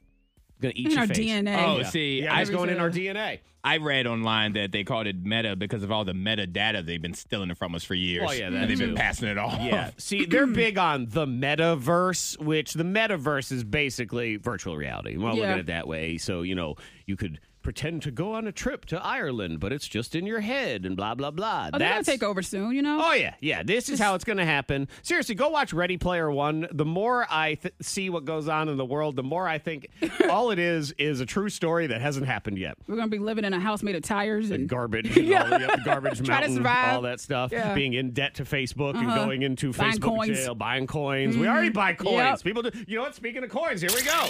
S3: Going to eat
S4: In
S3: your
S4: our
S3: face.
S4: DNA.
S6: Oh, see,
S3: Yeah,
S6: I,
S3: it's going in our DNA.
S6: I read online that they called it Meta because of all the metadata they've been stealing it from us for years.
S3: Oh, yeah,
S6: And
S3: that
S6: they've
S3: too.
S6: been passing it off.
S3: Yeah. See, they're big on the metaverse, which the metaverse is basically virtual reality. You want to look
S4: Yeah.
S3: at it that way. So, you know, you could pretend to go on a trip to Ireland, but it's just in your head and blah, blah, blah.
S4: Oh, they're gonna take over soon, you know.
S3: Oh yeah, yeah. This is how it's going to happen. Seriously, go watch Ready Player One. The more I th- see what goes on in the world, the more I think all it is is a true story that hasn't happened yet
S4: We're gonna be living in a house made of tires and
S3: garbage, and all the, yep, garbage
S4: Mm-hmm. Try to
S3: mountain,
S4: survive.
S3: all that stuff.
S4: Yeah.
S3: Being in debt to Facebook and
S4: Uh-huh.
S3: going into
S4: Buying
S3: Facebook
S4: coins. Mm-hmm.
S3: jail, buying coins. We already buy coins.
S4: Yep.
S3: People do. You know what? Speaking of coins, here we go.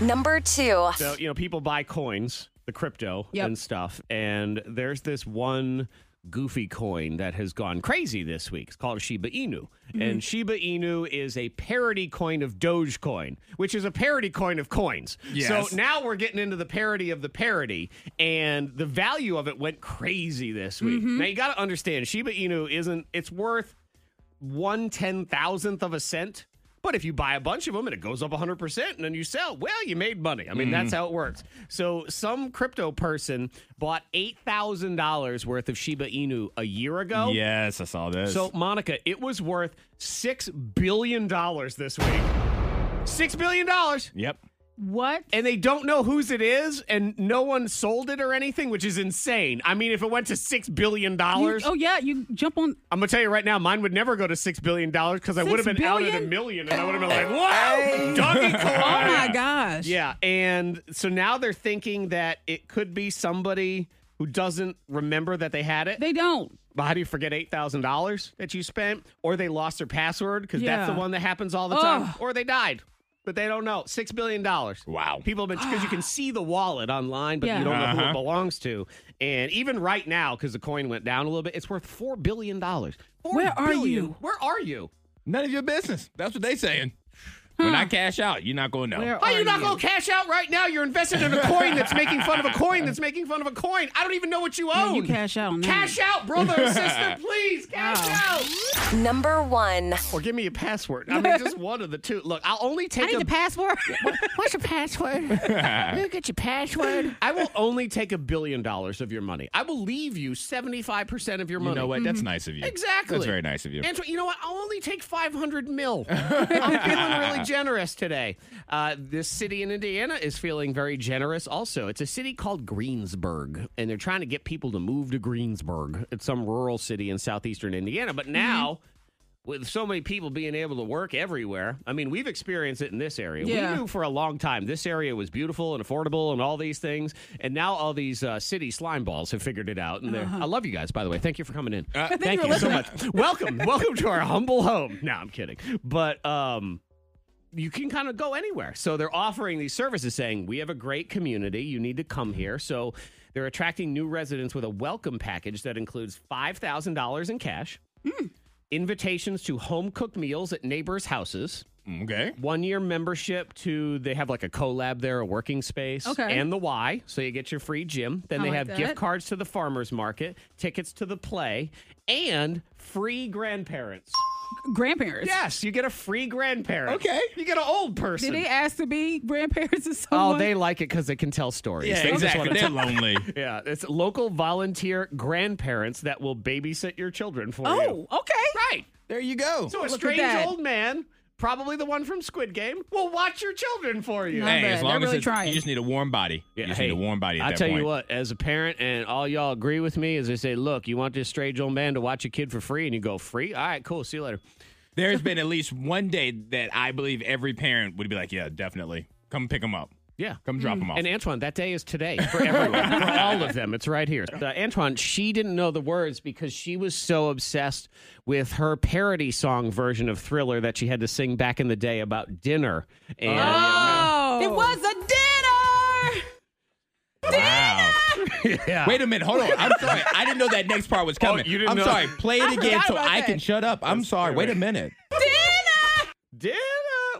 S7: Number two.
S3: So you know, people buy coins, the crypto
S4: Yep.
S3: and stuff, and there's this one goofy coin that has gone crazy this week. It's called Shiba Inu. And Shiba Inu is a parody coin of Dogecoin, which is a parody coin of coins.
S6: Yes.
S3: So now we're getting into the parody of the parody, and the value of it went crazy this week. Now you got to understand, Shiba Inu isn't, it's worth one ten thousandth of a cent. But if you buy a bunch of them and it goes up 100% and then you sell, well, you made money. I mean, that's how it works. So, some crypto person bought $8,000 worth of Shiba Inu a year ago.
S6: Yes, I saw this.
S3: So, Monica, it was worth $6 billion this week. $6 billion.
S6: yep.
S4: what?
S3: And they don't know whose it is, and no one sold it or anything, which is insane. I mean, if it went to $6 billion.
S4: You- oh yeah, you jump on.
S3: I'm gonna tell you right now, mine would never go to six billion dollars because I
S4: Six
S3: would have been out at a
S4: billion?
S3: million, and I would have been like, "Wow, donkey coin!"
S4: Oh my gosh.
S3: Yeah, and so now they're thinking that it could be somebody who doesn't remember that they had it.
S4: They don't.
S3: But How do you forget eight thousand dollars that you spent, or they lost their password because that's
S4: Yeah.
S3: the one that happens all the
S4: Ugh.
S3: time, or they died, but they don't know six billion dollars.
S6: Wow.
S3: People have been because you can see the wallet online, but
S4: Yeah.
S3: you don't know who it
S6: Uh-huh.
S3: belongs to. And even right now, because the coin went down a little bit, it's worth four billion dollars.
S4: Where are you?
S3: Where are you?
S6: None of your business. That's what they saying. When I cash out, you're not going to know.
S4: Where
S3: Oh. How are you not
S4: you?
S3: gonna cash out right now? You're invested in a coin that's making fun of a coin that's making fun of a coin. I don't even know what you own.
S4: you cash out on that.
S3: Cash out, brother, sister, please cash
S4: Wow.
S3: out.
S7: Number one.
S3: Or give me a password. I mean, just one of the two. Look, I'll only take
S4: I need
S3: a
S4: the password.
S3: What's your password? you get your password. I will only take a billion dollars of your money. I will leave you seventy five percent of your
S6: You
S3: money.
S6: know what? That's nice of you.
S3: Mm-hmm. Exactly.
S6: That's very nice of you.
S3: Antoine, you know what? I'll only take 500 mil. I'm feeling really generous today. Uh, this city in Indiana is feeling very generous also. It's a city called Greensburg, and they're trying to get people to move to Greensburg. It's some rural city in southeastern Indiana.
S6: Mm-hmm.
S3: But now, with so many people being able to work everywhere, I mean, we've experienced it in this area.
S4: Yeah.
S3: We knew for a long time this area was beautiful and affordable and all these things. And now all these uh, city slime balls have figured it out. And they're
S6: Uh-huh.
S3: I love you guys, by the way. Thank you for coming in.
S6: Uh,
S3: Uh, Thank you so much. Welcome, welcome to our humble home. No, I'm kidding. But um, you can kind of go anywhere. So they're offering these services saying, we have a great community. You need to come here. So they're attracting new residents with a welcome package that includes $5,000 in cash, invitations to home cooked meals at neighbors' houses.
S6: Mm, Okay.
S3: One year membership to, they have like a collab there, a working space,
S11: Okay.
S3: and the Y. So you get your free gym. Then
S11: I
S3: they
S11: like
S3: have gift
S11: that.
S3: cards to the farmer's market, tickets to the play, and free grandparents.
S4: Grandparents.
S3: Yes, you get a free grandparent.
S4: Okay.
S3: You get an old person.
S4: Did they ask to be grandparents or
S3: Oh,
S4: someone?
S3: they like it because they can tell stories.
S6: Yeah,
S3: They just
S6: exactly.
S3: wanna
S6: They're
S3: tell-
S6: lonely.
S3: yeah, it's local volunteer grandparents that will babysit your children for you.
S4: Oh, okay.
S3: Right.
S6: There you go.
S3: So a
S6: Look at
S3: strange
S6: that.
S3: old man, probably the one from Squid Game, will watch your children for you.
S6: Hey, as long as it's- you just need a warm body. you just
S3: hey,
S6: need a warm body. At
S3: I
S6: that
S3: tell
S6: point.
S3: you what, as a parent, and all y'all agree with me, is they say, look, you want this strange old man to watch a kid for free, and you go, free? All right, cool. See you later.
S6: There's been at least one day that I believe every parent would be like, yeah, definitely. Come pick them up.
S3: Yeah.
S6: Come drop them off.
S3: Mm. And Antoine, that day is today for everyone, for all of them. It's right here. Uh, Antoine, she didn't know the words because she was so obsessed with her parody song version of Thriller that she had to sing back in the day about dinner. And
S4: Oh. It was a dinner.
S6: Wow.
S3: Yeah.
S6: Wait a minute. Hold on. I'm sorry. I didn't know that next part was coming.
S3: Oh, you didn't
S6: I'm
S3: know-
S6: sorry. Play it
S3: I
S6: again
S3: forgot
S6: so
S3: about
S6: I
S3: that.
S6: can shut up. I'm sorry. Wait a minute.
S3: dinner.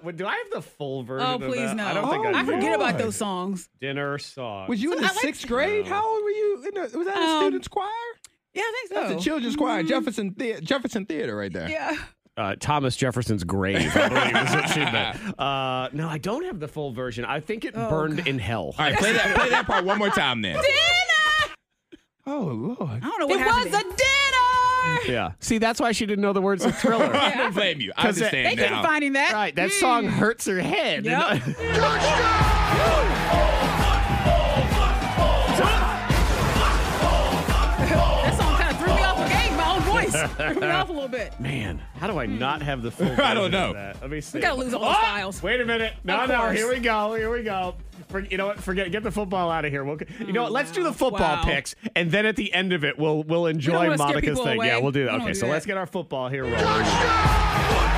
S3: Wait, Do I have the full version?
S4: Oh,
S3: of
S4: please
S3: that?
S4: no.
S3: I don't think I,
S4: I
S3: do.
S4: forget about those songs.
S3: dinner song.
S6: Was you in the sixth grade? How old were you? In the, was that a
S4: Um,
S6: student's choir?
S4: Yeah, I think so.
S6: That's a children's choir. Jefferson Thea Jefferson Theater right there.
S4: oh. Mm. Yeah.
S3: uh, Thomas Jefferson's grave? I believe is what she meant. Uh, no, I don't have the full version. I think it burned in hell.
S6: All right, play that play that part one more time then.
S3: Oh lord.
S4: I don't know what
S11: It
S4: happened.
S11: was
S4: a dinner.
S3: Yeah. See, that's why she didn't know the words of Thriller.
S6: I don't blame you. I
S3: 'Cause it-
S6: understand
S4: They couldn't
S6: now.
S4: find him that.
S3: Right, that song hurts her head.
S4: Yep. That song kind of threw me off a game. My own voice threw me off a little bit.
S3: Man, how do Hmm. I not have the full?
S6: I
S3: version
S6: don't know.
S3: Of that? Let me see.
S4: We gotta lose all the
S3: Oh,
S4: styles.
S3: Wait a minute. No,
S4: Of
S3: no.
S4: course.
S3: Here we go. Here we go. For, you know what? Forget. Get the football out of here. We'll, you know what? Let's do the football
S4: Oh, Wow.
S3: picks, and then at the end of it, we'll we'll enjoy
S4: wanna scare
S3: Monica's
S4: people
S3: thing.
S4: away.
S3: Yeah, we'll do
S4: We
S3: that.
S4: don't
S3: Okay,
S4: do
S3: so
S4: that.
S3: let's get our football here rolling.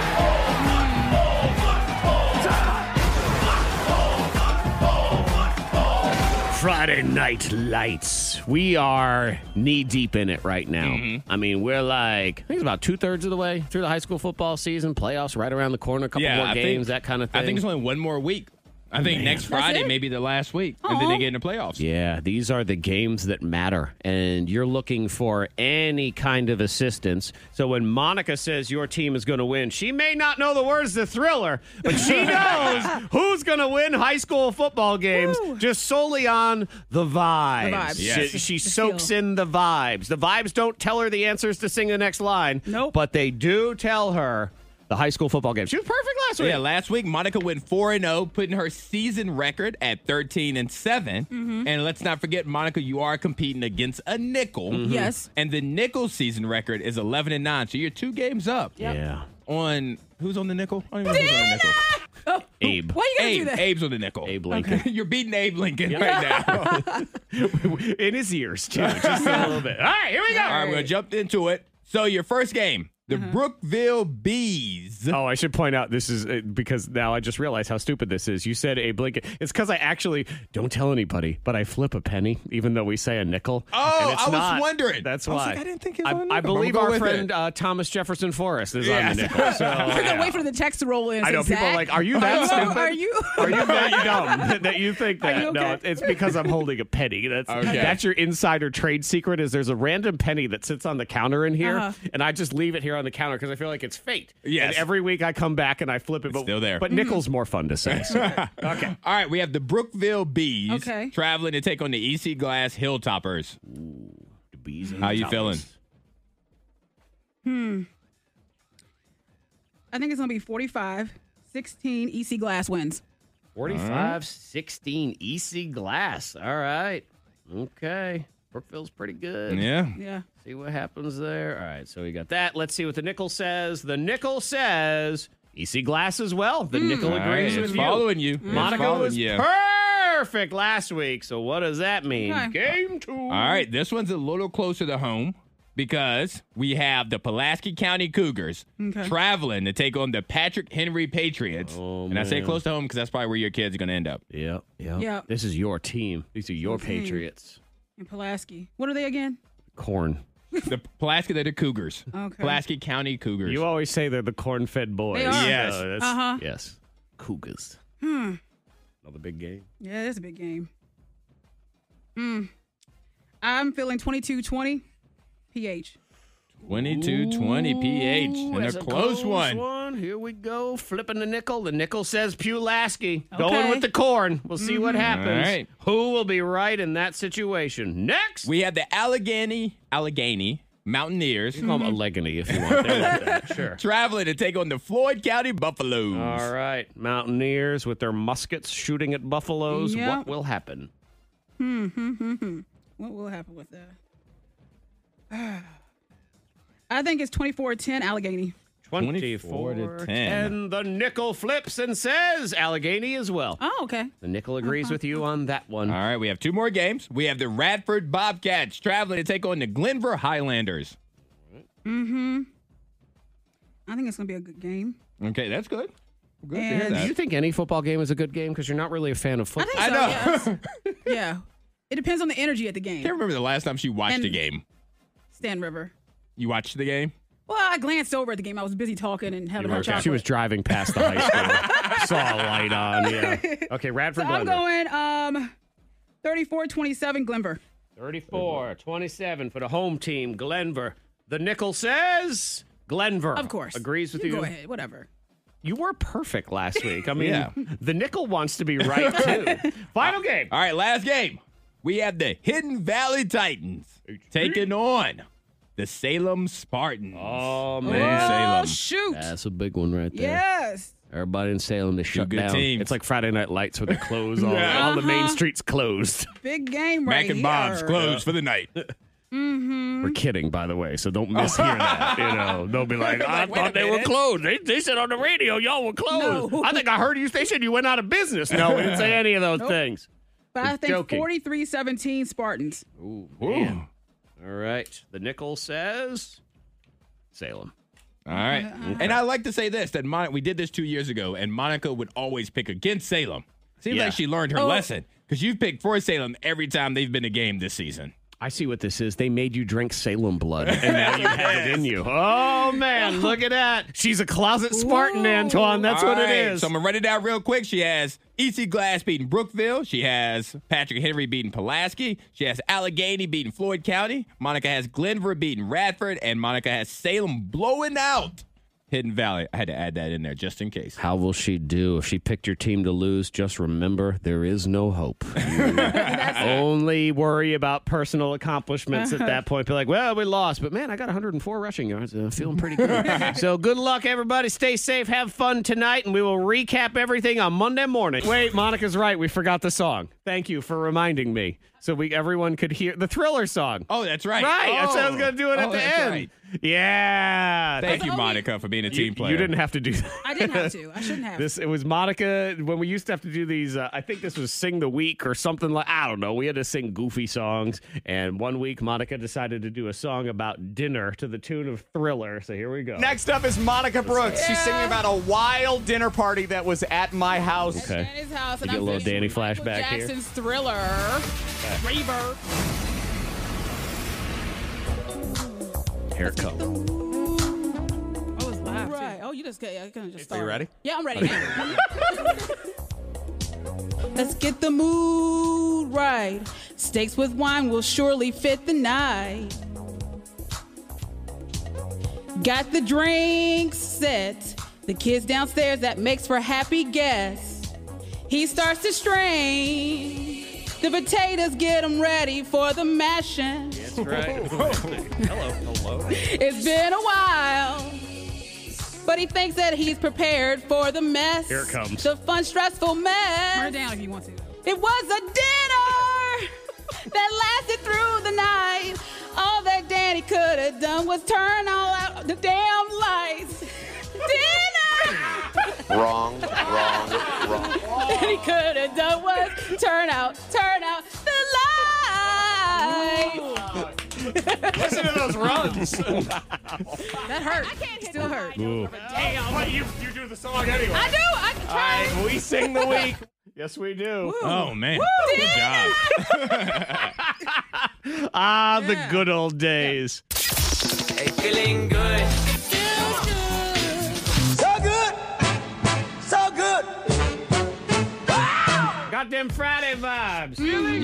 S3: Friday Night Lights. We are knee deep in it right now.
S6: Mm-hmm.
S3: I mean, we're like, I think it's about two thirds of the way through the high school football season, playoffs right around the corner, a couple
S6: Yeah,
S3: more
S6: I think-
S3: games, that kind of thing.
S6: I think it's only one more week. I think next Friday may be the last week. And then they get in the playoffs.
S3: Uh-huh. Yeah, these are the games that matter, and you're looking for any kind of assistance. So when Monica says your team is going to win, she may not know the words to thriller, but she knows who's going to win high school football games just solely on the vibes.
S4: The vibes.
S6: Yes.
S3: She, she
S4: The
S3: soaks
S4: feel.
S3: in the vibes. The vibes don't tell her the answers to sing the next line,
S4: Nope.
S3: but they do tell her the high school football game. She was perfect last
S6: So
S3: week.
S6: yeah, last week Monica went 4 and 0, putting her season record at 13 and 7.
S4: Mm-hmm.
S6: And let's not forget Monica, you are competing against a nickel.
S4: Mm-hmm. Yes.
S6: And the nickel season record is 11 and 9. So you're two games up.
S3: Yeah.
S6: On who's on the nickel? I don't even know who's on the nickel.
S3: Abe.
S4: Why you gotta do
S6: Abe.
S4: that?
S6: Abe's on the nickel.
S3: Abe Lincoln.
S6: You're beating Abe Lincoln right now.
S3: In his ears, too, just a little bit. All right, here we go.
S6: All right, we're gonna jump into it. So your first game, the Brookville Bees.
S3: Oh, I should point out this is uh, because now I just realized how stupid this is. You said a blinket. It's because I actually don't tell anybody, but I flip a penny, even though we say a nickel.
S6: Oh,
S3: and it's
S6: I was
S3: not.
S6: wondering.
S3: That's
S6: I was
S3: why
S6: like, I didn't think it was
S3: I,
S6: on a
S3: I
S6: nickel, but
S3: believe
S6: we'll go
S3: our
S6: with
S3: friend
S6: it.
S3: uh, Thomas Jefferson Forrest is
S6: Yes.
S3: on the nickel. So
S4: We're gonna
S3: yeah.
S4: wait for the text to roll in.
S3: I know
S4: Say,
S3: people are
S4: Zach,
S3: like, "Are you that stupid?
S4: Are you?
S3: Are you that dumb that you think
S4: Are
S3: that?
S4: you
S3: No,
S4: okay?
S3: it's because I'm holding a penny. That's
S6: Okay.
S3: that's your insider trade secret. Is there's a random penny that sits on the counter in here,
S4: Uh-huh.
S3: and I just leave it here on the counter because I feel like it's fate.
S6: Yes.
S3: And every week I come back and I flip it, but
S6: still there.
S4: Mm-hmm.
S3: But nickel's more fun to say. so.
S6: Okay. All right, we have the Brookville Bees
S4: Okay.
S6: traveling to take on the EC Glass Hilltoppers. How you feeling?
S4: I think it's gonna be 45, 16. EC Glass wins.
S3: 45 16 EC E Glass. All right. Okay. Brookville's pretty good.
S6: Yeah.
S4: Yeah.
S3: See what happens there. All right, so we got that. Let's see what the nickel says. The nickel says EC Glass as well. The nickel
S6: Hmm. All right,
S3: agrees
S6: it's
S3: with
S6: following you. It's
S3: Monica
S6: following
S3: was
S6: you.
S3: perfect last week. So what does that mean?
S4: Okay.
S3: Game two.
S6: All right, this one's a little closer to home. because we have the Pulaski County Cougars
S4: Okay.
S6: traveling to take on the Patrick Henry Patriots. and I say
S3: Oh, man.
S6: close to home because that's probably where your kids are going to end up.
S3: Yep. Yep.
S4: Yep.
S3: This is your team. These are your
S6: Mm-hmm.
S3: Patriots.
S4: in Pulaski. What are they again?
S3: Corn.
S6: the Pulaski, they're the Cougars.
S4: Okay.
S6: Pulaski County Cougars.
S3: You always say they're the corn-fed boys.
S4: They are.
S6: Yes.
S3: that's-
S4: Uh-huh.
S3: Yes. Cougars.
S4: Hmm.
S3: Another big game.
S4: Yeah, that's a big game. Hmm. I'm feeling 22-20 PH.
S6: 22 20 PH. And
S3: That's
S6: a close one.
S3: Here we go. Flipping the nickel. The nickel says Pulaski.
S4: Okay.
S3: Going with the corn. We'll see what happens.
S6: All right.
S3: Who will be right in that situation? Next.
S6: We have the Allegheny, Allegheny Mountaineers
S3: call them Allegheny if you want. They like that. Sure.
S6: traveling to take on the Floyd County Buffaloes.
S3: All right. Mountaineers with their muskets shooting at buffaloes.
S4: Yeah.
S3: What will happen?
S4: Hmm, hmm, hmm, hmm. What will happen with that? I think it's 24-10 Allegheny.
S3: 24 to 10. The nickel flips and says Allegheny as well.
S4: Oh, okay.
S3: The nickel agrees with you on that one.
S6: All right, we have two more games. We have the Radford Bobcats traveling to take on the Glenver Highlanders.
S4: Mm-hmm. I think it's gonna be a good game.
S6: Okay, that's good. Good to hear
S4: And-
S3: Do you
S6: that.
S3: think any football game is a good game? Because you're not really a fan of
S4: I
S3: football.
S4: think
S6: I
S4: so.
S6: know.
S4: Yes. yeah. It depends on the energy at the game.
S6: Can't remember the last time she watched
S4: And-
S6: a game.
S4: Stan River.
S6: You watched the game?
S4: Well, I glanced over at the game. I was busy talking and having her chocolate.
S3: She was driving past the high school. Saw a light on. Yeah. Okay,
S4: so
S3: Radford
S4: I'm
S3: Glenver.
S4: going um 34-27 Glenver.
S3: 34 27 for the home team, Glenver. The nickel says Glenver.
S4: Of course.
S3: Agrees with you.
S4: Go ahead, whatever.
S3: You were perfect last week. I mean,
S6: Yeah.
S3: the nickel wants to be right too. Final game.
S6: All right, last game. We have the Hidden Valley Titans taking on the Salem Spartans.
S3: Oh,
S6: Hey,
S4: Oh
S6: Salem.
S4: shoot.
S3: That's a big one right there.
S4: yes.
S3: Everybody in Salem, they shut
S6: good
S3: down.
S6: teams.
S3: It's like Friday Night Lights where they close all,
S6: Yeah.
S3: all the
S4: Uh-huh.
S3: main streets closed.
S4: Big game right
S6: Mac and Bob's
S4: here.
S6: closed for the night. Mm-hmm.
S3: We're kidding, by the way, so don't mishear that. You know, they'll be like, I
S6: Like, wait a
S3: thought they were
S6: minute."
S3: closed. They, they said on the radio, y'all were closed.
S4: No.
S3: I think I heard you. They said you went out of business. No, we didn't say any of those things.
S4: But I think
S3: Joking.
S4: 43-17 Spartans.
S6: Ooh.
S3: All right. The nickel says Salem.
S6: All right.
S4: Uh-huh.
S6: And I like to say this that Mon- we did this two years ago, and Monica would always pick against Salem. Seems
S3: Yeah.
S6: like she learned her
S4: Oh.
S6: lesson because you've picked for Salem every time they've been a game this season.
S3: I see what this is. They made you drink Salem blood, and now you have it in you. Oh man, look at that! She's a closet Spartan,
S4: Whoa.
S3: Antoine. That's
S6: All
S3: what
S6: right,
S3: it is.
S6: So I'm going to run it down real quick. She has EC Glass beating Brookville. She has Patrick Henry beating Pulaski. She has Allegheny beating Floyd County. Monica has Glenver beating Radford. And Monica has Salem blowing out Hidden Valley. I had to add that in there just in case.
S3: How will she do if she picked your team to lose? Just remember, there is no hope. You only worry about personal accomplishments at
S6: Uh-huh.
S3: that point. Be like, well, we lost, but man, I got 104 rushing yards. I'm feeling pretty good. so good luck, everybody. Stay safe. Have fun tonight, and we will recap everything on Monday morning. Wait, Monica's right. We forgot the song. Thank you for reminding me, so we everyone could hear the Thriller song.
S6: Oh, that's right.
S3: Right, I
S6: Oh.
S3: said I was going to do it at
S6: Oh,
S3: the
S6: that's
S3: end.
S6: right.
S3: Yeah,
S6: Thank you,
S4: only-
S6: Monica, for being a
S3: you,
S6: team player.
S3: you didn't have to do that.
S4: I didn't have to. I shouldn't have.
S3: This it was Monica when we used to have to do these. Uh, I think this was sing the week or something like I don't know. We had to sing goofy songs, and one week Monica decided to do a song about dinner to the tune of Thriller. So here we go.
S11: Next up is Monica Brooks. She's singing about a wild dinner party that was at my house.
S3: Okay.
S4: Danny's house,
S3: You
S4: and
S3: get a
S4: I'm
S3: little
S4: thinking
S3: Danny
S4: Michael
S3: flashback here.
S4: Jackson's Thriller. Reverb.
S3: Here it comes.
S4: Oh, it's live. Right. Oh, you just get. I kind of just.
S11: Are
S4: Start.
S11: you ready?
S4: Yeah, I'm ready. Let's get the mood right. Steaks with wine will surely fit the night. Got the drinks set. The kids downstairs, that makes for happy guests. He starts to strain. The potatoes get 'em ready for the mashing. It's been a while. But he thinks that he's prepared for the mess.
S3: Here it comes.
S9: The fun, stressful mess.
S4: Turn it down if you want to.
S9: It was a dinner that lasted through the night. All that Danny could have done was turn all out the damn lights. Dinner!
S11: Wrong, wrong, wrong.
S9: that he could have done was turn out, turn out the lights.
S11: Listen to those runs.
S4: That hurt. I can't hit Still hurt.
S12: Damn. But you, you do the song anyway.
S4: I do. I can
S11: All
S4: try.
S11: right, we sing the week. Yes, we do.
S6: Oh man.
S4: Woo.
S6: Good job.
S3: Ah, the good old days.
S10: Feeling good. So good. So good.
S3: Goddamn Friday vibes.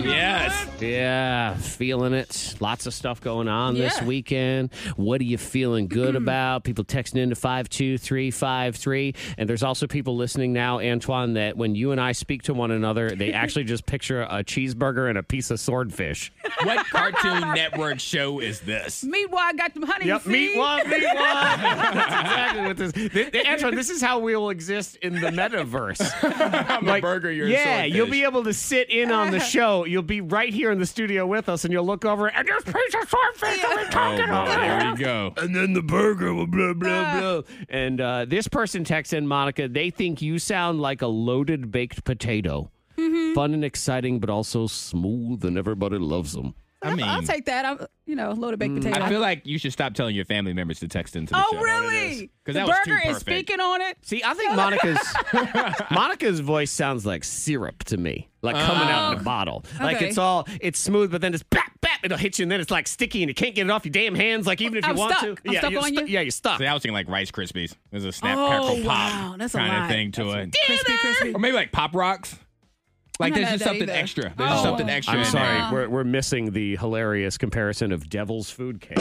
S6: Yes.
S3: Yeah, feeling it. Lots of stuff going on this
S4: Yeah.
S3: weekend. What are you feeling good about? People texting into 52353. And there's also people listening now, Antoine, that when you and I speak to one another, they actually just picture a cheeseburger and a piece of swordfish.
S6: What Cartoon Network show is this?
S4: Meanwhile, I got them honey
S3: Yep,
S4: seeds.
S3: meat one, meat one. That's exactly what this. Th- th- Antoine, this is how we will exist in the metaverse.
S6: I'm a burger. You're
S3: yeah,
S6: a
S3: you'll
S6: swordfish.
S3: be able to sit in on the show. You'll be right here in the studio with us, and you'll look over and there's piece of swordfish that we're
S6: Oh,
S3: talking
S6: boy,
S3: about.
S6: there you go.
S3: And then the burger will blah blah blah. Ah. And uh, this person texts in Monica. They think you sound like a loaded baked potato. Fun and exciting, but also smooth, and everybody loves them.
S6: I mean, Mm,
S4: I'll take that. I'm, you know, loaded baked potato.
S6: I feel like you should stop telling your family members to text into the
S4: oh,
S6: show.
S4: really? the
S6: Because that was too
S4: burger is
S6: perfect.
S4: speaking on it.
S3: See, I think Monica's Monica's voice sounds like syrup to me, like coming out in a bottle. Like
S4: Oh. okay.
S3: it's all it's smooth, but then it's bap bap. It'll hit you, and then it's like sticky, and you can't get it off your damn hands. Like even if
S4: I'm
S3: you want
S4: stuck.
S3: to,
S4: I'm
S3: yeah,
S4: stuck
S3: you're
S4: on
S3: stuck-
S4: you?
S3: yeah, you're stuck.
S6: See, I was thinking like Rice Krispies. There's a snap,
S4: Oh,
S6: crackle,
S4: wow,
S6: pop
S4: that's a
S6: kind
S4: lot.
S6: of thing to it.
S4: Crispy, crispy.
S6: Or maybe like Pop Rocks. Like
S4: I'm
S6: there's
S4: not
S6: just
S4: that
S6: something
S4: either.
S6: extra. There's
S4: Oh.
S6: just something extra.
S3: I'm
S6: in
S3: sorry,
S6: There.
S3: we're, we're missing the hilarious comparison of devil's food cake.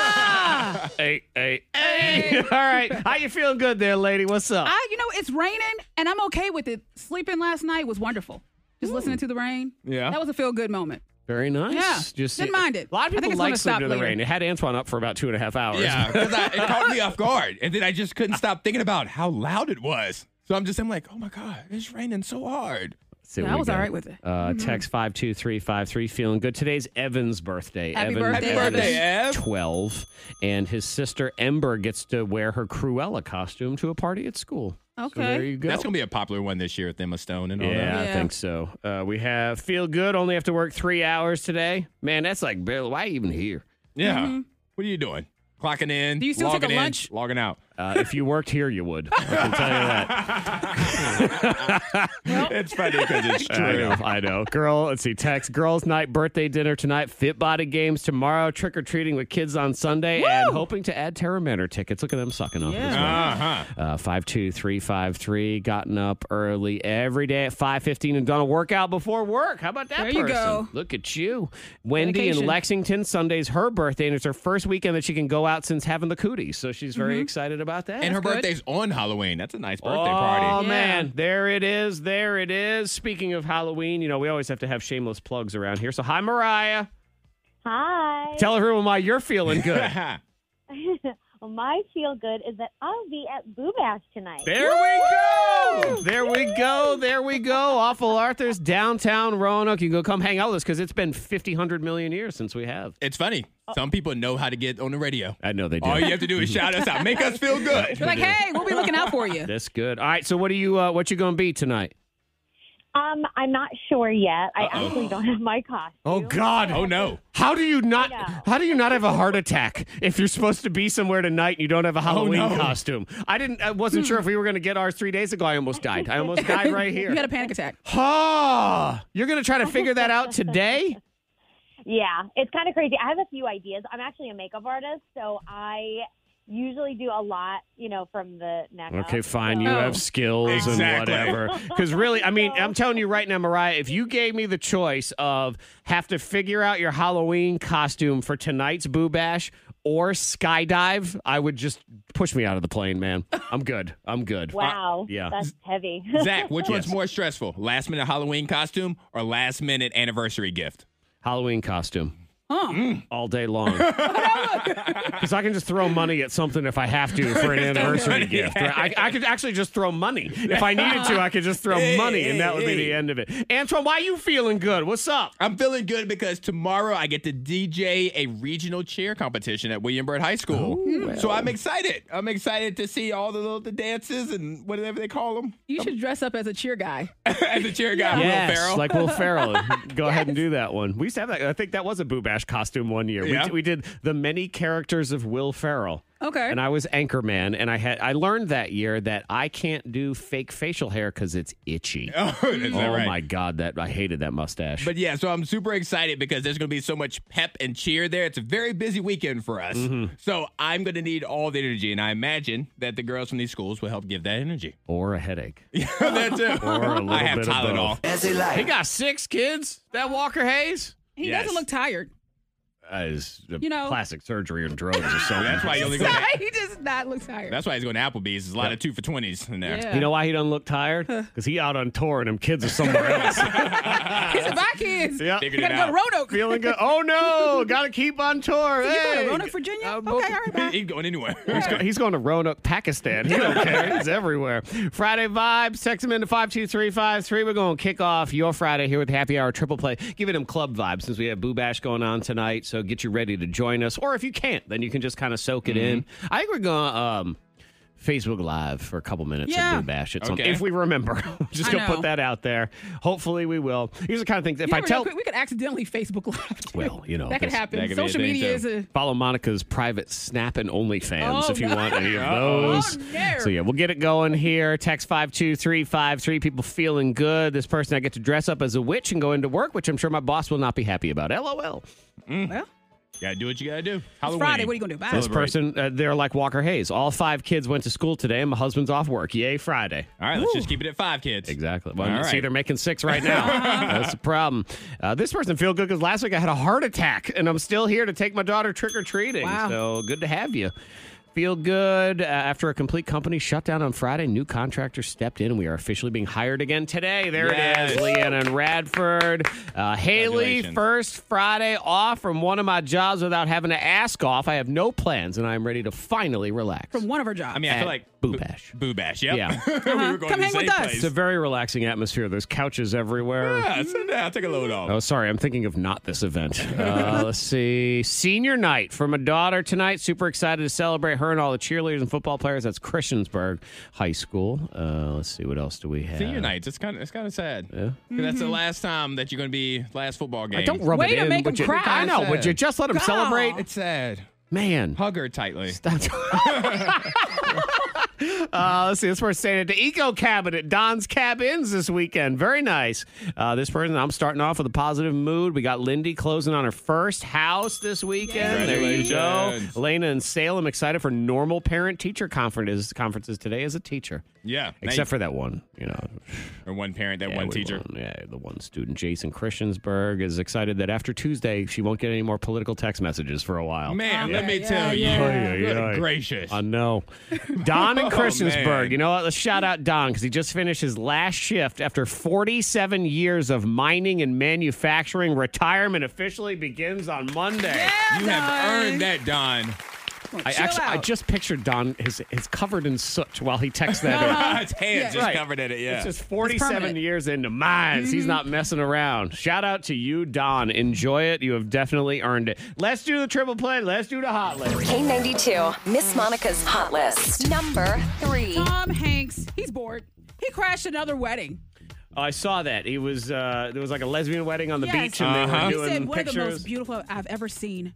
S4: Ah!
S3: hey, hey, hey! All right, how you feeling good there, lady? What's up?
S4: I, you know, it's raining and I'm okay with it. Sleeping last night was wonderful. Just listening to the rain.
S6: Yeah.
S4: That was a feel good moment.
S3: Very nice.
S4: Yeah,
S3: Just
S4: didn't mind it.
S3: A lot of
S4: I
S3: people
S4: think it's gonna
S3: like sleeping
S4: stop
S3: in the
S4: later.
S3: rain. It had Antoine up for about two and a half hours.
S6: Yeah, because it caught me off guard, and then I just couldn't stop thinking about how loud it was. So I'm just, I'm like, oh my god, it's raining so hard.
S3: See what
S4: I
S3: we
S4: was
S3: got.
S4: all right with it. Mm-hmm.
S3: Uh, Text 52353, feeling good. Today's Evan's birthday.
S4: Happy
S3: Evan,
S4: birthday,
S3: Evan
S6: Evan. Happy birthday,
S3: is
S6: Ev.
S3: 12, and his sister Ember gets to wear her Cruella costume to a party at school. So
S4: Okay.
S3: there you go.
S6: That's gonna be a popular one this year with Emma Stone and all
S3: yeah,
S6: that.
S3: I
S4: Yeah.
S3: think so. Uh, we have Feel Good, only have to work three hours today. Man, that's like, barely, why even here?
S6: Yeah. What are you doing? Clocking in.
S4: Mm-hmm. Do you still take
S6: logging
S4: a
S6: in,
S4: lunch?
S6: Logging out.
S3: Uh, if you worked here, you would. I can tell you that.
S6: It's funny because it's
S3: I know,
S6: true.
S3: I know. Girl, let's see. Text girls' night, birthday dinner tonight, fit body games tomorrow, trick or treating with kids on Sunday, and hoping to add Terra Manor tickets. Look at them sucking off this one.
S6: Uh huh.
S3: Uh, five two three five three. Gotten up early every day at five fifteen and done a workout before work. How about that?
S4: There you
S3: person?
S4: go.
S3: Look at you, Wendy in
S4: Dedication.
S3: Lexington. Sunday's her birthday, and it's her first weekend that she can go out since having the cooties. So she's very
S4: Mm-hmm.
S3: excited about that.
S6: And
S3: That's
S6: her
S3: good.
S6: birthday's on Halloween. That's a nice birthday
S4: Um,
S3: Oh
S6: party.
S4: Yeah.
S3: man, there it is, there it is. Speaking of Halloween, you know we always have to have shameless plugs around here. So hi, Mariah.
S13: Hi.
S3: Tell everyone why you're feeling good.
S13: well, my feel
S3: Uh,
S13: good is that I'll be at Boo Bash tonight.
S3: There we go. There we go. There we go. Awful Arthur's downtown Roanoke. You can go come hang out with us because it's been 50, 100 million years since we have.
S6: it's funny. Some people know how to get on the radio.
S3: I know they do.
S6: All you have to do is shout us out. Make us feel good.
S4: You're like, hey, we'll be looking out for you.
S3: That's good. All right. So what are you? Uh, what you going to be tonight?
S13: Um, I'm not sure yet. I actually don't have my costume.
S3: Oh God.
S6: Oh no.
S3: How do you not?
S13: Yeah.
S3: How do you not have a heart attack if you're supposed to be somewhere tonight and you don't have a Halloween
S6: no.
S3: costume? I didn't. I wasn't sure if we were going to get ours three days ago. I almost died. I almost died right
S4: You had
S3: here.
S4: a panic attack.
S3: Ha! you're going to try to figure that out today?
S13: Yeah, it's kind of crazy. I have a few ideas. I'm actually a makeup artist, so I usually do a lot, you know, from the neck up.
S3: Okay, fine.
S13: So-
S3: You have skills
S6: Exactly.
S3: and whatever. Because really, I mean, I'm telling you right now, Mariah, if you gave me the choice of have to figure out your Halloween costume for tonight's Boo Bash or skydive, I would just push me out of the plane, man. I'm good. I'm good.
S13: Wow.
S3: yeah.
S13: That's heavy.
S6: Zach, which one's more stressful? Last minute Halloween costume or last minute anniversary gift?
S3: Halloween costume.
S4: Huh.
S6: Mm.
S3: all day long. Because I can just throw money at something if I have to for an anniversary gift. right? I, I could actually just throw money. If I needed to, I could just throw
S6: Hey,
S3: money, and
S6: hey,
S3: that would be
S6: hey.
S3: the end of it. Antoine, why you feeling good? What's up?
S6: I'm feeling good because tomorrow I get to DJ a regional cheer competition at William Byrd High School.
S3: Oh,
S4: Hmm.
S6: So I'm excited. I'm excited to see all the little the dances and whatever they call them.
S4: You should dress up as a cheer guy.
S6: As the cheer guy, Will Ferrell.
S3: like Will Ferrell. Go ahead and do that one. We used to have that. I think that was a Boo Bash Crash costume one year.
S4: Yeah.
S3: We, we did the many characters of Will Ferrell.
S4: Okay.
S3: And I was Anchorman, and I had I learned that year that I can't do fake facial hair because it's itchy. Oh,
S6: is that right?
S3: my god, that I hated that mustache.
S6: But yeah, so I'm super excited because there's going to be so much pep and cheer there. It's a very busy weekend for us.
S3: Mm-hmm.
S6: So I'm going to need all the energy. And I imagine that the girls from these schools will help give that energy.
S3: Or a headache.
S6: that too.
S3: Or a little
S6: I have
S3: bit of
S6: Tylenol.
S3: both. As he likes. He got six kids, that Walker Hayes.
S4: He
S6: Yes.
S4: doesn't look tired.
S3: Uh, is
S4: You know-
S3: plastic surgery and drugs or something.
S6: That's why you only go to,
S4: Sorry, he does not look tired.
S6: That's why he's going to Applebee's. There's a lot of two for 20s in there.
S4: Yeah.
S3: You know why he doesn't look tired? Because he out on tour and them kids are somewhere else.
S4: He said, "My kids.
S3: Yeah.
S4: We gotta go to Roanoke.
S3: Feeling good. Oh no, gotta keep on tour.
S4: So you going
S3: Hey.
S4: to Roanoke, Virginia?
S6: Uh,
S4: okay, all right, bye.
S6: He's going anywhere.
S3: He's, go- he's going to Roanoke, Pakistan. He don't care. He's everywhere. Friday vibes. Text him into five two three five three. We're going to kick off your Friday here with Happy Hour Triple Play, giving him club vibes since we have Boo Bash going on tonight. So get you ready to join us, or if you can't, then you can just kind of soak it in.
S4: Mm-hmm.
S3: I think we're going to um, Facebook Live for a couple minutes
S4: Yeah.
S3: and Boo Bash it, some-
S6: Okay.
S3: if we remember. just
S4: I
S3: gonna
S4: know.
S3: put that out there. Hopefully we will. Here's the kind of things. If
S4: You
S3: I
S4: never know,
S3: tell,
S4: we could accidentally Facebook Live. too.
S3: well, you know
S4: that could
S3: this-
S4: happen.
S6: that could be a
S4: Social
S6: thing,
S4: media
S6: too.
S4: is a
S3: Follow Monica's private Snap and OnlyFans
S4: Oh,
S3: if you
S4: no.
S3: want any of
S4: Uh-oh.
S3: those.
S4: Oh, no.
S3: So yeah, we'll get it going here. Text five two three five three. People feeling good. This person I get to dress up as a witch and go into work, which I'm sure my boss will not be happy about. LOL. Hmm.
S4: well.
S6: Gotta do what you gotta do. Halloween.
S4: Friday, what are you gonna do? Bye.
S3: This
S4: Celebrate.
S3: person, uh, they're like Walker Hayes. All five kids went to school today, and my husband's off work. Yay, Friday.
S6: All right, let's just keep it at five kids.
S3: Exactly. Well,
S6: All
S3: you see,
S6: right.
S3: they're making six right now. That's the problem. Uh, this person feel good because last week I had a heart attack, and I'm still here to take my daughter trick or treating.
S4: Wow.
S3: So good to have you. Feel good uh, after a complete company shut down on Friday. New contractor stepped in. We are officially being hired again today. There
S6: Yes.
S3: it is, Leanna and Radford. Uh, Haley,
S6: Congratulations.
S3: first Friday off from one of my jobs without having to ask off. I have no plans, and I am ready to finally relax.
S4: from one of her jobs.
S6: I mean, I
S3: At
S6: feel like
S3: Boo Bash.
S6: Boo Bash. Yep.
S3: Yeah.
S6: we were going
S4: Uh-huh. Come
S6: to the
S4: hang with
S6: same
S4: us.
S6: place.
S3: It's a very relaxing atmosphere. There's couches everywhere.
S6: Yeah, so now I'll take a load off.
S3: Oh, sorry. I'm thinking of not this event. Uh, let's see. Senior night for my daughter tonight. Super excited to celebrate her and all the cheerleaders and football players. That's Christiansburg High School. Uh, let's see. What else do we have?
S6: Senior nights. It's kind of it's kind of sad. Yeah. That's
S4: Mm-hmm.
S6: the last time that you're going to be last football game.
S3: I don't rub
S4: Way
S3: it
S4: to
S3: in.
S4: make
S3: would
S4: him
S3: you?
S4: cry.
S3: I know. Would you just let him
S4: God.
S3: celebrate?
S6: It's sad.
S3: Man.
S6: Hug her tightly.
S3: That's- uh, let's see. This person staying at the Eco Cabin at Don's Cabins this weekend. Very nice. Uh, this person, I'm starting off with a positive mood. We got Lindy closing on her first house this weekend. There you go.
S6: Congratulations.
S3: Elena and Salem excited for normal parent teacher conferences conferences today as a teacher.
S6: Yeah.
S3: Except for that one, you know,
S6: for or one parent, that
S3: yeah,
S6: one
S3: we
S6: teacher.
S3: won't. yeah, the one student, Jason Christiansburg, is excited that after Tuesday she won't get any more political text messages for a while.
S6: Man, let me
S4: yeah,
S6: tell you.
S3: yeah. Ay, ay,
S6: Good
S3: ay.
S6: gracious.
S3: I know. Don in
S6: Oh,
S3: Christiansburg.
S6: man.
S3: You know what? Let's shout out Don because he just finished his last shift after 47 years of mining and manufacturing. Retirement officially begins on Monday.
S6: you have earned that, Don.
S3: I
S4: Chill
S3: actually, I
S4: out.
S3: just pictured Don is is covered in soot while he texts that. in.
S6: His hands just
S3: Right.
S6: covered in it. Yeah.
S3: It's just
S4: It's
S3: 47
S4: permanent. Mm-hmm.
S3: years into mines. He's not messing around. Shout out to you, Don. Enjoy it. You have definitely earned it. Let's do the triple play. Let's do the hot list.
S7: K92, Miss Monica's hot list. Number three.
S4: Tom Hanks, he's bored. He crashed another wedding.
S3: Oh, I saw that. He was uh, there was like a lesbian wedding on the
S4: Yes.
S3: beach, and they
S6: Uh-huh.
S4: He
S3: were doing
S4: said one
S3: pictures.
S4: of the most beautiful I've ever seen.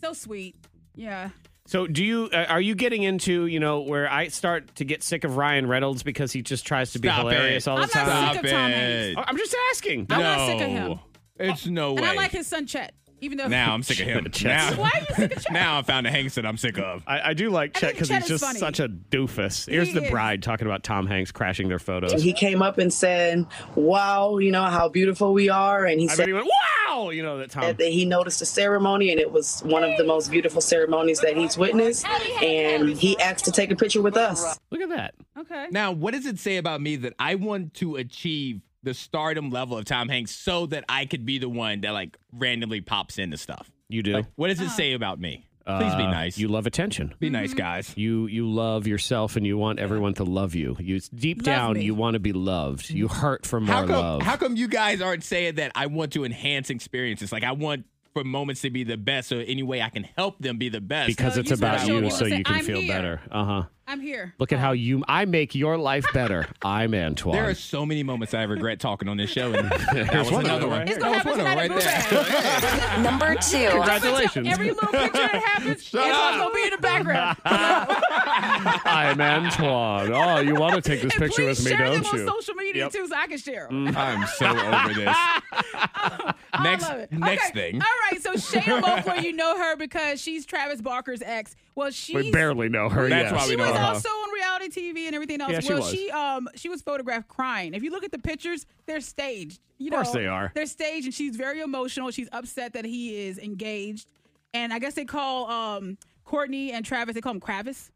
S4: So sweet. Yeah.
S3: so, do you uh, are you getting into you know where I start to get sick of Ryan Reynolds because he just tries to be
S6: Stop
S3: hilarious
S6: it.
S3: all the
S4: I'm not
S3: time?
S4: sick
S6: Stop
S4: of Tom
S6: it.
S4: Hanks.
S3: I'm just asking.
S4: I'm
S6: no.
S4: not sick of him. Oh,
S6: It's no way.
S4: And I like his son Chet, even though
S6: Now I'm sick of him.
S3: Chet's-
S6: now,
S4: Why are you sick of Chet?
S6: now I found a Hanks that I'm sick of.
S3: I, I do like Chet
S4: I think
S3: because
S4: Chet
S3: he's
S4: is
S3: just
S4: funny.
S3: such a doofus. Here's the
S4: is.
S3: bride talking about Tom Hanks crashing their photos.
S14: He came up and said, "Wow, you know how beautiful we are," and he
S3: I
S14: said
S3: bet he went, "Wow!" You know that Tom.
S14: that he noticed the ceremony, and it was one of the most beautiful ceremonies that he's witnessed. And he asked to take a picture with us.
S3: Look at that.
S4: Okay.
S6: Now, what does it say about me that I want to achieve the stardom level of Tom Hanks so that I could be the one that like randomly pops into stuff?
S3: You do.
S6: Like, what does
S4: Oh.
S6: it say about me? Please be
S3: Uh,
S6: nice.
S3: You love attention.
S6: be
S4: Mm-hmm.
S6: nice, guys.
S3: You you love yourself and you want everyone to love you. You deep
S4: Love
S3: down
S4: me.
S3: you want to be loved. You hurt for more
S6: How come?
S3: love.
S6: How come you guys aren't saying that I want to enhance experiences? Like I want for moments to be the best. So any way I can help them be the best.
S3: because
S4: No,
S3: it's
S4: you
S3: about
S4: special.
S3: you,
S4: You
S3: so
S4: say,
S3: you can
S4: "I'm
S3: feel
S4: here."
S3: better. Uh huh.
S4: I'm here.
S3: Look at how you I make your life better. I'm Antoine.
S6: There are so many moments I regret talking on this show, and that was
S3: one of
S6: another
S3: them.
S6: one.
S3: It's
S6: That was one of them right there.
S7: Number two.
S6: Congratulations.
S4: Every little picture that happens, it's
S6: Shut
S4: always
S6: up.
S4: gonna be in the background.
S3: I'm Antoine. Oh, you want to take this picture
S4: Please
S3: with me,
S4: share
S3: don't
S4: them on
S3: you?
S4: social media
S3: Yep. Mm-hmm.
S4: too, so I can share. 'em.
S6: Mm, I'm so over this. next
S4: I love it.
S6: next
S4: Okay,
S6: thing.
S4: All right, so Shayna Moakler, you know her because she's Travis Barker's ex. Well, she's
S3: We barely know her.
S6: That's
S3: yes.
S6: why we
S4: she
S6: know
S4: was
S6: her.
S4: also on reality TV and everything else.
S3: Yeah, she
S4: well,
S3: was.
S4: she um she was photographed crying. If you look at the pictures, they're staged. You
S3: Of course
S4: know,
S3: they are.
S4: They're staged, and she's very emotional. She's upset that he is engaged, and I guess they call um Courtney and Travis. They call him Kravis.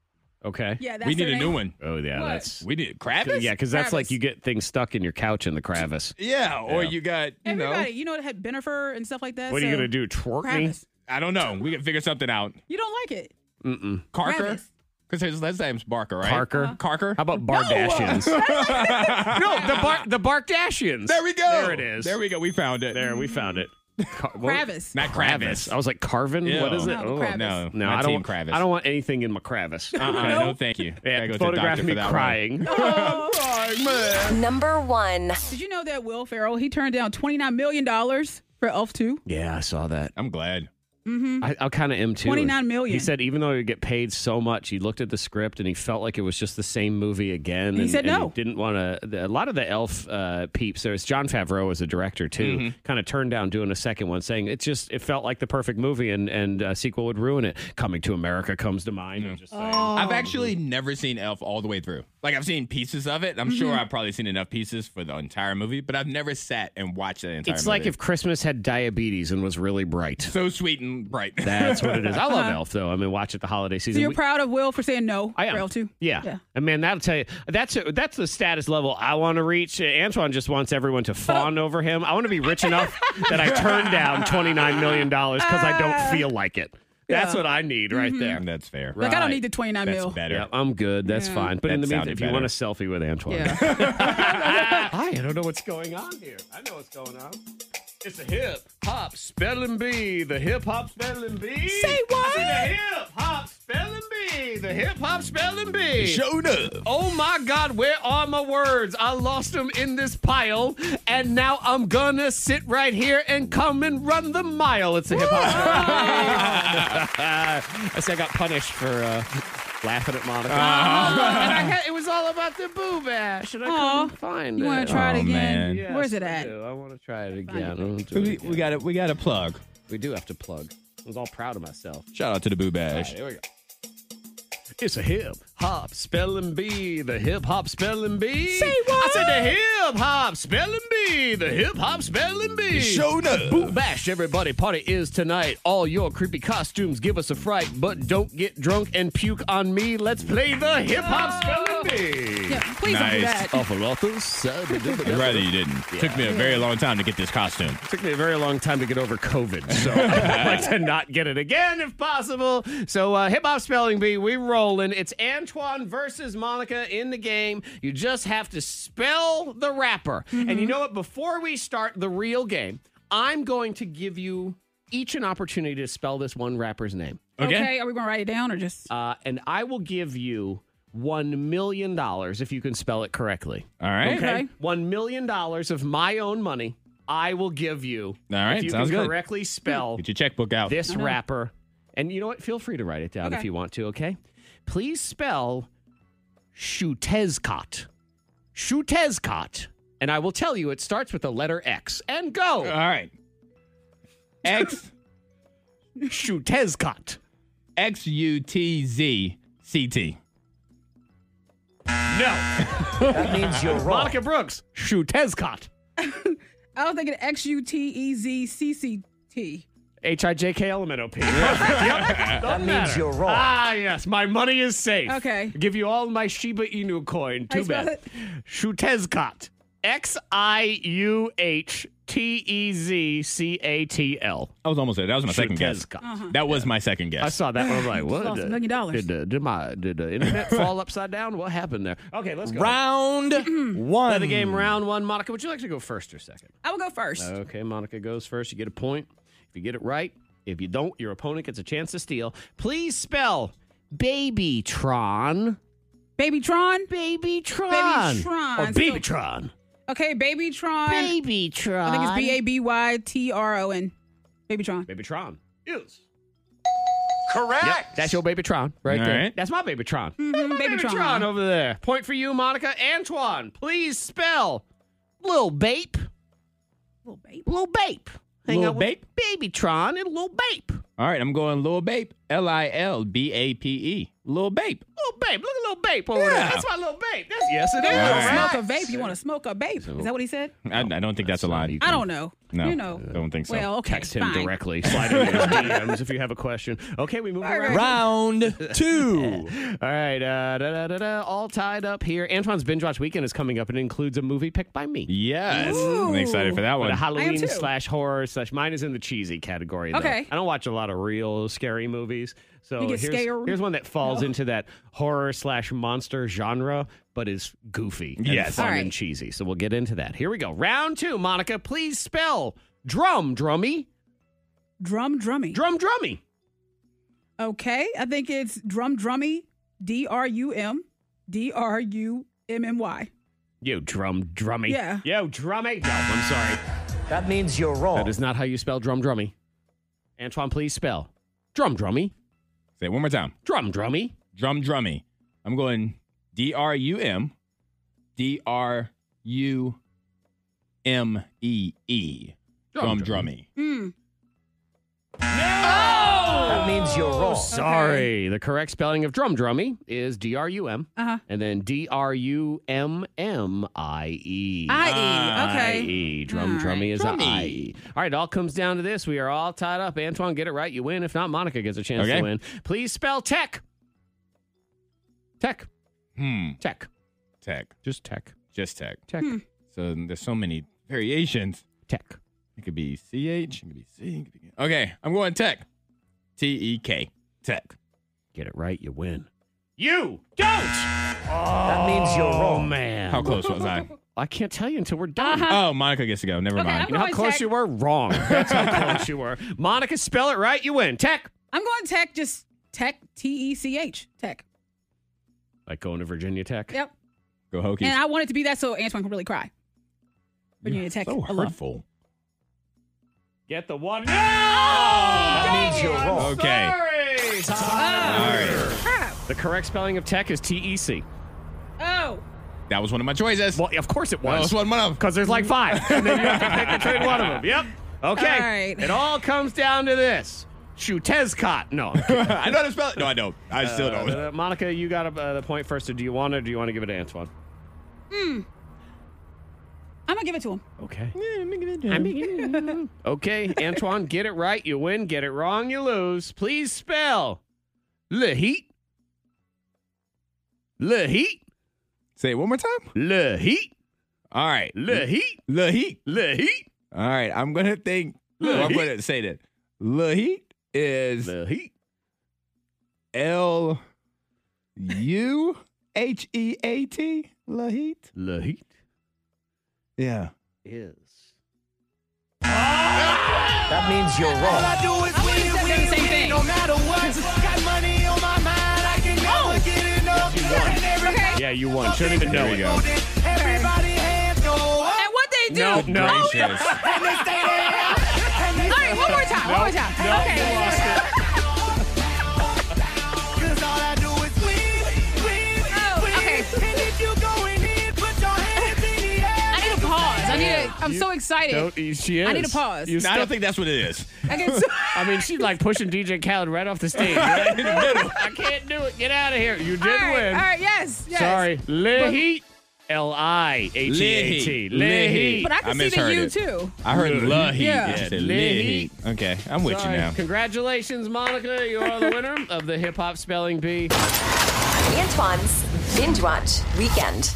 S3: Okay.
S4: Yeah, that's
S6: we need
S4: their
S6: a new
S4: name.
S6: one.
S3: Oh yeah,
S4: What?
S3: that's
S6: We need Kravis.
S3: yeah, because that's like
S4: Kravis.
S3: you get things stuck in your couch in the crevice.
S6: Yeah, or you got you
S4: Everybody, you know, it had Benifer and stuff like that.
S6: know.
S4: so
S6: do? Twerk
S4: Kravis.
S6: I don't know. We can figure something out.
S4: You don't like it.
S6: Mm-mm. Carker.
S4: Kravis.
S6: Because his last name's Barker, right?
S3: Parker.
S4: Uh-huh.
S6: Carker.
S3: How about Bardashians? no, the bar the Bardashians.
S6: There we go.
S3: There it is.
S6: There we go. We found it.
S3: There, we found it. Car- what-
S4: Kravis.
S6: Not Kravis.
S3: I was like Carvin.
S6: Ew.
S3: What is it?
S4: No, Kravis.
S6: No,
S3: Oh, no,
S6: my
S3: I don't.
S6: team
S3: want-
S6: Kravis.
S3: I don't want anything in my crevice.
S6: Uh-uh, no. thank you.
S3: Yeah,
S6: Gotta go to the
S3: photograph
S6: doctor
S3: me
S6: for that one.
S3: crying.
S7: Number one.
S4: Did you know that Will Ferrell he turned down twenty nine million dollars for Elf two?
S3: Yeah, I saw that.
S6: I'm glad.
S4: Mm-hmm.
S3: I, I kind of am too.
S4: 29 million.
S3: He said even though he would get paid so much, he looked at the script and he felt like it was just the same movie again.
S4: He
S3: and,
S4: said
S3: and
S4: no.
S3: didn't want to. A lot of the Elf uh, peeps. There was John Favreau as a director too.
S6: Mm-hmm.
S3: Kind of turned down doing a second one, saying it just it felt like the perfect movie and and a sequel would ruin it. Coming to America comes to mind. I'm just saying.
S4: Oh.
S6: I've actually never seen Elf all the way through. Like I've seen pieces of it. I'm sure I've probably seen enough pieces for the entire movie, but I've never sat and watched the entire.
S3: It's like
S6: movie.
S3: if Christmas had diabetes and was really bright.
S6: so sweet and bright.
S3: That's what it is. I love Elf though. I mean, watch it the holiday season.
S4: Uh-huh. So you're
S3: We-
S4: proud of Will for saying no
S3: I am.
S4: for Elf two?
S3: Yeah.
S4: Yeah.
S3: And man, that'll tell you that's that's the status level I want to reach. Antoine just wants everyone to fawn over him. I want to be rich enough that I turn down twenty nine million dollars because I don't feel like it. That's
S4: Ah. yeah.
S3: what I need right there.
S6: That's fair.
S4: Like I
S3: Right.
S4: don't need the twenty nine
S6: That's
S4: mil.
S6: better.
S3: Yeah, I'm good. That's
S4: Yeah.
S3: fine. But in
S6: That
S3: the meantime,
S6: sounded
S3: if you
S6: better.
S3: want a selfie with Antoine,
S4: Yeah.
S3: I don't know what's going on here. I know what's going on. It's a hip hop spelling bee. The hip hop spelling bee.
S4: Say what?
S3: The hip hop spelling bee. The hip hop spelling bee.
S6: Showed up.
S3: Oh my God, where are my words? I lost them in this pile, and now I'm gonna sit right here and come and run the mile. It's a hip hop. I see, I got punished for uh, laughing at Monica. Oh, and I got, it was all about the boo bash, and I
S4: Aw.
S3: couldn't find
S4: You
S3: it.
S4: want to try it
S6: Oh,
S4: again?
S6: man.
S4: Where's it at?
S3: I want to try it again.
S6: We, we got it. We got a plug.
S3: We do have to plug. I was all proud of myself.
S6: Shout out to the Boo Bash.
S3: There we go. It's a hip hop spelling bee, the hip hop spelling bee.
S4: Say
S3: I
S4: what?
S3: said the hip hop spelling bee, the hip hop spelling bee.
S6: Showed up.
S3: Boot bash, everybody. Party is tonight. All your creepy costumes give us a fright, but don't get drunk and puke on me. Let's play the hip hop spelling bee.
S4: Yeah, please don't do
S6: Nice.
S4: that.
S3: Awful authors.
S6: I'd rather
S3: It
S6: you didn't. Took me a very long time to get this costume.
S3: took me a very long time to get over COVID, so I'd like to not get it again if possible. So uh, hip hop spelling bee, we rolling. It's Antoine versus Monica in the game. You just have to spell the rapper. And you know what? Before we start the real game, I'm going to give you each an opportunity to spell this one rapper's name,
S4: Okay.
S6: Okay.
S4: Are we gonna write it down or just?
S3: uh, and I will give you. One million dollars if you can spell it correctly.
S6: All right.
S4: Okay.
S3: One million dollars of my own money I will give you.
S6: All right,
S3: If you
S6: sounds
S3: can
S6: good.
S3: correctly spell
S6: Get your checkbook out.
S3: this rapper. And you know what? Feel free to write it down if
S4: Okay.
S3: you want to, okay? Please spell Shutezcot. Shutezcot. And I will tell you it starts with the letter X. And
S6: All
S3: go.
S6: right. X
S3: Shutezcot.
S6: X U T Z C T.
S3: No.
S15: That means you're wrong.
S3: Monica Brooks. Shutezcot.
S4: I was thinking X U T E Z C C T.
S3: H I J K L M N O P. That
S15: means you're wrong.
S3: Ah, yes. My money is safe.
S4: Oh. Okay.
S3: Give you all my Shiba Inu coin.
S4: How you
S3: Too
S4: spell
S3: bad.
S4: it?
S3: Shutezcot. X I U H T E Z C A T L.
S6: I was almost there. That was my second guess.
S3: Shutezcot.
S6: That was my second guess.
S3: I saw that one. I'm like, what?
S4: Uh-huh. lost a
S3: the-
S4: million dollars.
S3: Did, the did my did the internet fall upside down? What happened there? Okay, let's go.
S6: Round one.
S3: Play the game round one. Monica, would you like to go first or second?
S4: I will go first.
S3: Okay, Monica goes first. You get a point. If you get it right, if you don't, your opponent gets a chance to steal. Please spell Babytron.
S4: Babytron?
S3: Babytron.
S4: Babytron.
S3: Or
S4: So-
S3: Babytron.
S4: Okay, Babytron.
S3: Babytron.
S4: I think it's B A B Y T R O N. Babytron.
S3: Babytron. Yes.
S11: Correct.
S3: That's your Babytron right
S6: All
S3: there.
S6: right.
S3: That's my Babytron.
S4: Mhm, Babytron.
S3: Babytron over there. Point for you, Monica. Antoine, please spell Lil Bape.
S4: Lil Bape.
S3: Lil Bape. Hang
S6: Lil
S3: out with
S6: Bape?
S3: Babytron and Lil Bape.
S6: All right, I'm going Lil Bape. L I L B A P E. Lil Bape.
S3: Lil Bape. Look at Lil Bape over there.
S6: Yeah.
S3: That's my Lil Bape. That's, yes, it is.
S4: You wanna
S6: All right.
S4: Smoke a vape. You want to smoke a vape? Is that what he said?
S6: I, I don't think that's uh, a lie.
S4: I don't know.
S6: No,
S4: You know.
S6: I don't think so.
S4: Well, okay.
S3: Text him
S4: fine.
S3: directly. Slide into his DMs if you have a question. Okay, we move around.
S6: Round two.
S3: All right, uh, da, da, da, da, all tied up here. Antoine's binge watch weekend is coming up, and it includes a movie picked by me.
S6: Yes. I'm excited for that
S3: But
S6: one.
S3: a Halloween
S4: too.
S3: slash horror slash mine is in the cheesy category. Though.
S4: Okay.
S3: I don't watch a lot of real scary movies, so
S4: You get
S3: here's
S4: scared?
S3: here's one that falls
S4: No.
S3: into that horror slash monster genre, but is goofy, and
S6: Yes.
S3: fun
S4: All right.
S3: and cheesy. So we'll get into that. Here we go. Round two, Monica. Please spell drum drummy
S4: Drum drummy.
S3: drum drummy.
S4: Okay. I think it's drum drummy. D R U M. D R U M M Y.
S3: Yo, drum drummy.
S4: Yeah.
S3: Yo, drummy. No, I'm sorry.
S15: That means you're wrong.
S3: That is not how you spell drum drummy. Antoine, please spell drum drummy.
S6: Say it one more time.
S3: Drum drummy.
S6: Drum drummy. I'm going D R U M D R U M E E.
S3: Drum
S6: Drum drummy.
S4: Mm.
S15: That means you're wrong.
S3: Sorry. The correct spelling of drum drummy is D R U M
S4: Uh huh.
S3: and then D R U M M I E.
S4: I E. Okay.
S3: I-E. Drum
S4: All right.
S3: drummy is
S6: Drummy.
S3: a I-E. All right, it all comes down to this. We are all tied up. Antoine, get it right. You win. If not, Monica gets a chance
S6: Okay.
S3: to win. Please spell tech. Tech.
S6: Hmm.
S3: Tech.
S6: Tech.
S3: Just tech.
S6: Just tech.
S3: Tech.
S4: Hmm.
S6: So there's so many variations.
S3: Tech.
S6: It could be CH, it could be C. It could be... Okay, I'm going tech. T E K. Tech.
S3: Get it right, you win. You don't.
S15: That means you're
S3: Oh
S15: wrong.
S3: man.
S6: How close was I?
S3: I can't tell you until we're done.
S4: Uh-huh.
S6: Oh, Monica gets to go. Never mind.
S3: You know how
S4: Going
S3: close
S4: tech.
S3: you were? Wrong. That's how close you were. Monica, spell it right. You win. Tech.
S4: I'm going tech, just tech, T E C H. Tech.
S3: Like going to Virginia Tech.
S4: Yep.
S6: Go Hokies.
S4: And I want it to be that so Antoine can really cry. Virginia Tech.
S6: So
S4: I love-
S6: hurtful.
S3: Get the one.
S4: Oh,
S15: That means you're
S3: Oh,
S15: wrong.
S6: Okay.
S4: Crap.
S3: The correct spelling of tech is T E C.
S4: Oh.
S6: That was one of my choices.
S3: Well, of course it
S6: That
S3: was.
S6: was one of
S3: Because there's like five. And then you have to pick between one of them. Yep. Okay.
S4: All right.
S3: It all comes down to this. Shutezcot. No. I'm kidding.
S6: I know how to spell it. No, I don't. I still don't.
S3: Uh, Monica, you got uh, the point first. So do you want it or do you want to give it to Antoine?
S4: I'm going to give it to him.
S3: Okay. okay, Antoine, get it right, you win. Get it wrong, you lose. Please spell le heat. Le heat.
S6: Say it one more time.
S3: Le heat.
S6: All right.
S3: Le heat.
S6: Le heat.
S3: Le heat.
S6: All right. I'm gonna think. Well, I'm
S3: heat.
S6: gonna say that. Le heat is
S3: Le heat.
S6: L U H E A T. Le heat.
S3: Le heat
S6: Yeah.
S3: is.
S15: That means you're wrong.
S10: I do is win,
S4: said we
S10: win,
S4: did the same
S10: win,
S4: thing.
S10: no matter what. Got money on my mind, I can never get enough. And everybody-
S3: Yeah, you won. Shouldn't even know
S6: There
S3: it.
S6: you go.
S10: Everybody hands go up,
S4: And what they do.
S3: No, no.
S4: Oh, yeah.
S6: Gracious.
S10: and they stay there. And they
S4: All right, one more time. One more time. okay.
S10: Cause all I do is win, win,
S4: Oh,
S10: win.
S4: okay.
S10: And if you go in here, put your hands in the air.
S4: I need a pause. I need a, I'm so excited.
S3: No, she is.
S4: I need a pause.
S3: You
S6: I
S3: stuck-
S6: don't think that's what it is.
S4: I get so,
S3: I mean, she's like pushing DJ Khaled right off the stage. Right in the middle. I can't do it. Get out of here. You did
S4: all right,
S3: win.
S4: All right, yes, yes.
S3: Sorry. Le heat. L I H E A T.
S6: Le
S3: Le
S6: heat.
S3: heat.
S4: But I
S6: I
S4: can see the
S6: misheard
S4: you
S6: it.
S4: too.
S6: I heard le heat.
S4: Yeah.
S6: You said
S3: Le
S6: le
S3: heat.
S6: heat. Okay. I'm with you
S3: Sorry.
S6: now.
S3: Congratulations, Monica. You are the winner of the hip hop spelling bee.
S7: Antoine's Binge Watch Weekend.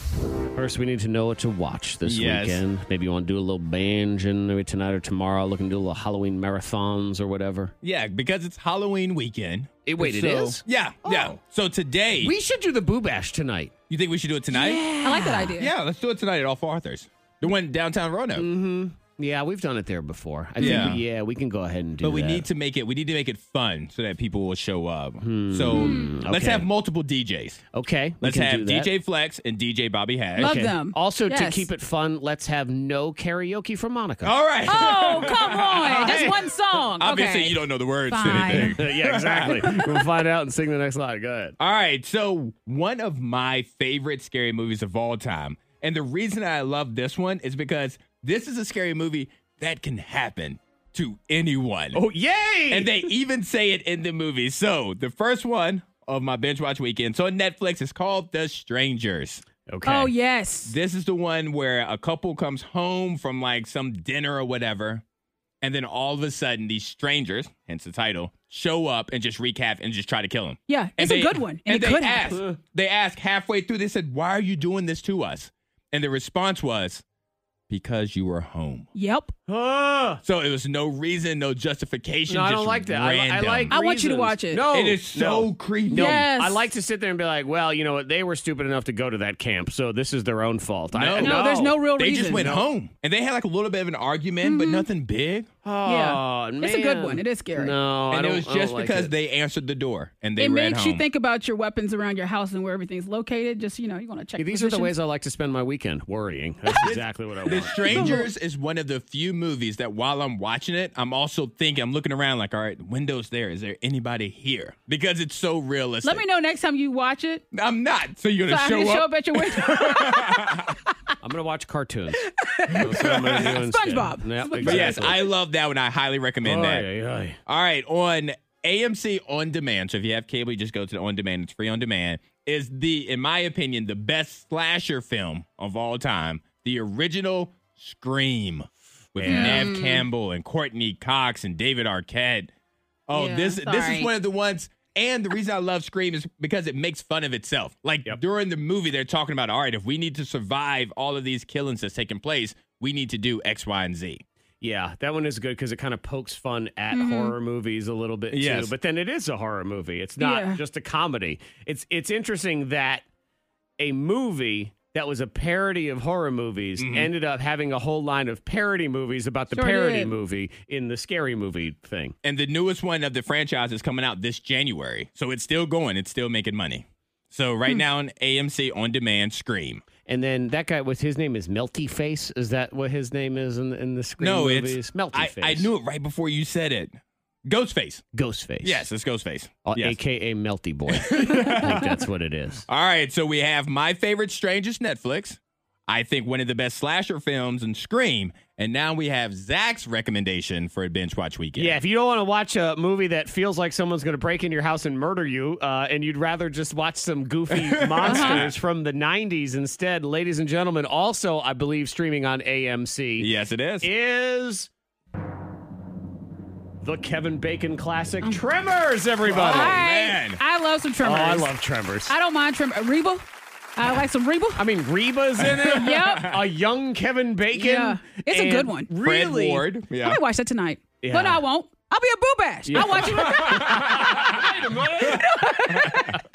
S3: First, we need to know what to watch this
S6: Yes.
S3: weekend. Maybe you want to do a little binging maybe tonight or tomorrow. Looking to do a little Halloween marathons or whatever.
S6: Yeah, because it's Halloween weekend.
S3: It- wait, it
S6: So-
S3: is? Oh.
S6: Yeah, yeah. So today,
S3: We should do the boo bash tonight.
S6: you think we should do it tonight?
S4: I like that idea.
S3: Mm-hmm.
S6: Yeah, let's do it tonight at All Four Arthurs. The one downtown Roanoke.
S3: Yeah, we've done it there before. I
S6: Yeah.
S3: think we, yeah, we can go ahead and do
S6: But we
S3: that.
S6: need to make it. We need to make it fun so that people will show up. So
S3: Hmm,
S6: let's
S3: okay.
S6: have multiple DJs.
S3: Okay,
S6: Let's
S3: can
S6: have
S3: do that.
S6: DJ Flex and DJ Bobby Hash.
S3: Okay. Also, to
S4: Yes.
S3: keep it fun, let's have no karaoke for Monica.
S6: All right.
S4: Oh, come on. That's one song.
S6: Obviously,
S4: okay.
S6: you don't know the words to
S4: Fine.
S6: anything.
S3: yeah, exactly. we'll find out and sing the next line. Go ahead.
S6: All right. So, one of my favorite scary movies of all time. And the reason I love this one is because this is a scary movie that can happen to anyone.
S3: Oh, yay!
S6: And they even say it in the movie. So, the first one of my binge watch weekend. So, on Netflix, it's called The Strangers.
S3: Okay.
S4: Oh, yes.
S6: This is the one where a couple comes home from like some dinner or whatever, and then all of a sudden these strangers, hence the title, show up and just recap and just try to kill them.
S4: Yeah, it's a good one. And,
S6: And,
S4: it
S6: they
S4: could
S6: asked,
S4: happen.
S6: they asked halfway through, they said, Why are you doing this to us? And the response was, Because you were home.
S4: Yep.
S6: So it was no reason, no justification.
S3: No, I
S6: just
S3: don't like that. I, I
S6: random.
S3: like. reasons. No,
S4: Oh.
S6: No, it is so
S3: no.
S6: creepy.
S3: No, I like to sit there and be like, well, you know what? They were stupid enough to go to that camp, so this is their own fault. I,
S6: No. No, there's no real
S3: They
S6: They just went home, and they had like a little bit of an argument,
S4: Mm-hmm.
S6: but nothing big.
S3: Oh,
S4: Yeah. It's a good
S3: man.
S4: one. It is scary.
S3: No, Oh, I
S6: and
S3: don't,
S6: it was
S3: I don't
S6: just
S3: like
S6: because
S3: it.
S6: they answered the door and they
S4: it
S6: were at
S4: makes you
S6: home.
S4: think about your weapons around your house and where everything's located. Just, you know, you want to check
S3: Yeah, these are the
S4: positions.
S3: ways I like to spend my weekend worrying. That's exactly what I want.
S6: The Strangers is one of the few movies that while I'm watching it, I'm also thinking, I'm looking around like, all right, the window's there. Is there anybody here? Because it's so realistic.
S4: Let me know next time you watch it.
S6: I'm not. So you're
S4: so
S6: gonna
S4: I
S6: show,
S4: can show
S6: up?
S4: up at your window.
S3: I'm gonna watch cartoons. That's what I'm gonna do instead.
S4: SpongeBob.
S3: Yep,
S6: But yes,
S3: exactly.
S6: I love that one. I highly recommend
S3: Oy,
S6: that.
S3: oy, oy.
S6: All right, on AMC On Demand. So if you have cable, you just go to the On Demand. It's free on demand. Is the, in my opinion, the best slasher film of all time. The original Scream with
S12: Yeah. Mm.
S6: Nev Campbell and Courtney Cox and David Arquette. Oh,
S12: Yeah,
S6: this this
S12: sorry.
S6: is one of the ones. And the reason I love Scream is because it makes fun of itself. Like during the movie, they're talking about, all right, if we need to survive all of these killings that's taking place, we need to do X, Y, and Z.
S3: Yeah, that one is good because it kind of pokes fun at
S6: Mhm.
S3: horror movies a little bit
S6: Yes.
S3: too. But then it is a horror movie. It's not
S6: Yeah.
S3: just a comedy. It's it's interesting that a movie that was a parody of horror movies
S6: Mm-hmm.
S3: ended up having a whole line of parody movies about the
S6: Sure
S3: parody
S6: did.
S3: movie in the scary movie thing.
S6: And the newest one of the franchise is coming out this January. So it's still going, it's still making money. So
S3: Hmm.
S6: right now on AMC on demand, Scream.
S3: And then that guy, what's his name? Is Melty Face? Is that what his name is in, in the screen
S6: no,
S3: movies?
S6: it's
S3: Melty
S6: I,
S3: Face.
S6: I knew it right before you said it. Ghostface.
S3: Ghostface.
S6: Yes, it's Ghostface.
S3: Uh,
S6: Yes.
S3: AKA Melty Boy. I think that's what it is.
S6: All right, so we have my favorite strangest Netflix. I think one of the best slasher films and Scream. And now we have Zach's recommendation for a binge watch weekend.
S3: Yeah, if you don't want to watch a movie that feels like someone's going to break into your house and murder you, uh, and you'd rather just watch some goofy monsters from the 90s instead, ladies and gentlemen, also, I believe, streaming on AMC.
S6: Yes, it is.
S3: Is the Kevin Bacon classic
S4: Mm.
S3: Tremors,
S6: Oh,
S3: everybody.
S4: All right. I love some
S3: Oh,
S4: tremors.
S3: I love Tremors.
S4: I don't mind Tremor. Reba? I like some Reba.
S3: I mean, Reba's in it.
S4: yep.
S3: A young Kevin Bacon.
S4: Yeah. It's a
S3: and
S4: good one.
S3: Really?
S4: I might watch that tonight.
S3: Yeah.
S4: But I won't. I'll be a boo bash.
S3: Yeah.
S4: I'll watch it.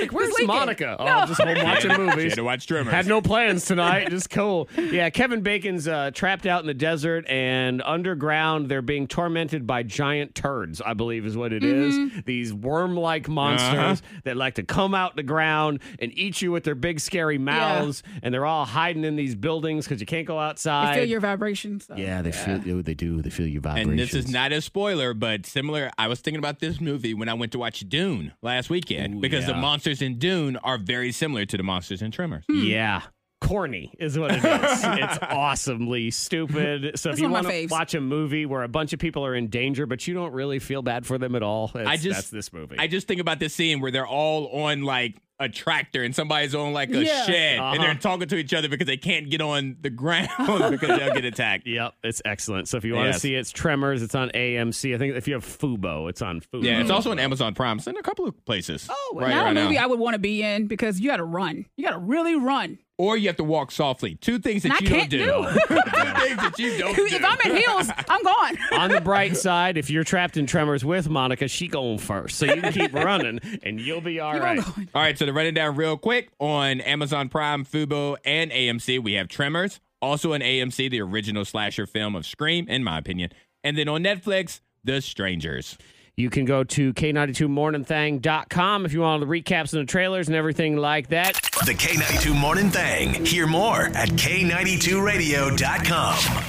S3: Like, where's Monica? Oh, I'm just home
S6: No.
S3: watching
S6: Yeah.
S3: movies.
S6: She had to watch Tremors.
S3: Had no plans tonight. just cool. Yeah, Kevin Bacon's uh, trapped out in the desert and underground. They're being tormented by giant turds, I believe is what it is.
S4: Mm-hmm.
S3: These worm like monsters that like to come out the ground and eat you with their big, scary mouths. And they're all hiding in these buildings because you can't go
S4: I
S3: outside.
S4: feel your vibrations. so.
S3: yeah, they feel. They do. They feel your vibrations.
S6: And this is not a spoiler, but similar. I was thinking about this movie when I went to watch Dune last weekend because the
S3: yeah.
S6: monsters in Dune are very similar to the monsters in Tremors.
S3: Yeah. Corny is what it is. it's awesomely stupid. So
S6: That's
S3: if you
S6: one of
S3: want
S6: my
S3: to
S6: faves.
S3: watch a movie where a bunch of people are in danger, but you don't really feel bad for them at all,
S6: I
S3: that's-
S6: just
S3: that's this movie.
S4: Mm.
S6: I just think about this scene where they're all on like a tractor and somebody's on like a
S3: Yeah.
S6: shed and
S3: Uh-huh.
S6: they're talking to each other because they can't get on the ground because they'll get attacked.
S3: Yep, it's excellent. So if you want to
S6: Yes.
S3: see it, it's Tremors. It's on AMC. I think if you have Fubo, it's on Fubo.
S6: Yeah, it's also on Amazon Prime. It's in a couple of places. Oh, right,
S4: not
S6: right
S4: a
S6: now.
S4: movie I would want to be in because you got to run. You got to really run.
S6: Or you have to walk softly. Two things that
S4: And I
S6: you
S4: can't
S6: don't do.
S4: do.
S6: Two things that you don't do.
S4: if I'm in heels, I'm gone.
S3: on the bright side, if you're trapped in Tremors with Monica, she going first, so you can keep running and you'll be all right.
S6: All right, so to run it down real quick on Amazon Prime, Fubo, and AMC, we have Tremors. Also on AMC, the original slasher film of Scream, in my opinion. And then on Netflix, The Strangers.
S3: You can go to K92morningthang.com if you want all the recaps and the trailers and everything like that.
S1: The K92 Morning Thang. Hear more at K92radio.com.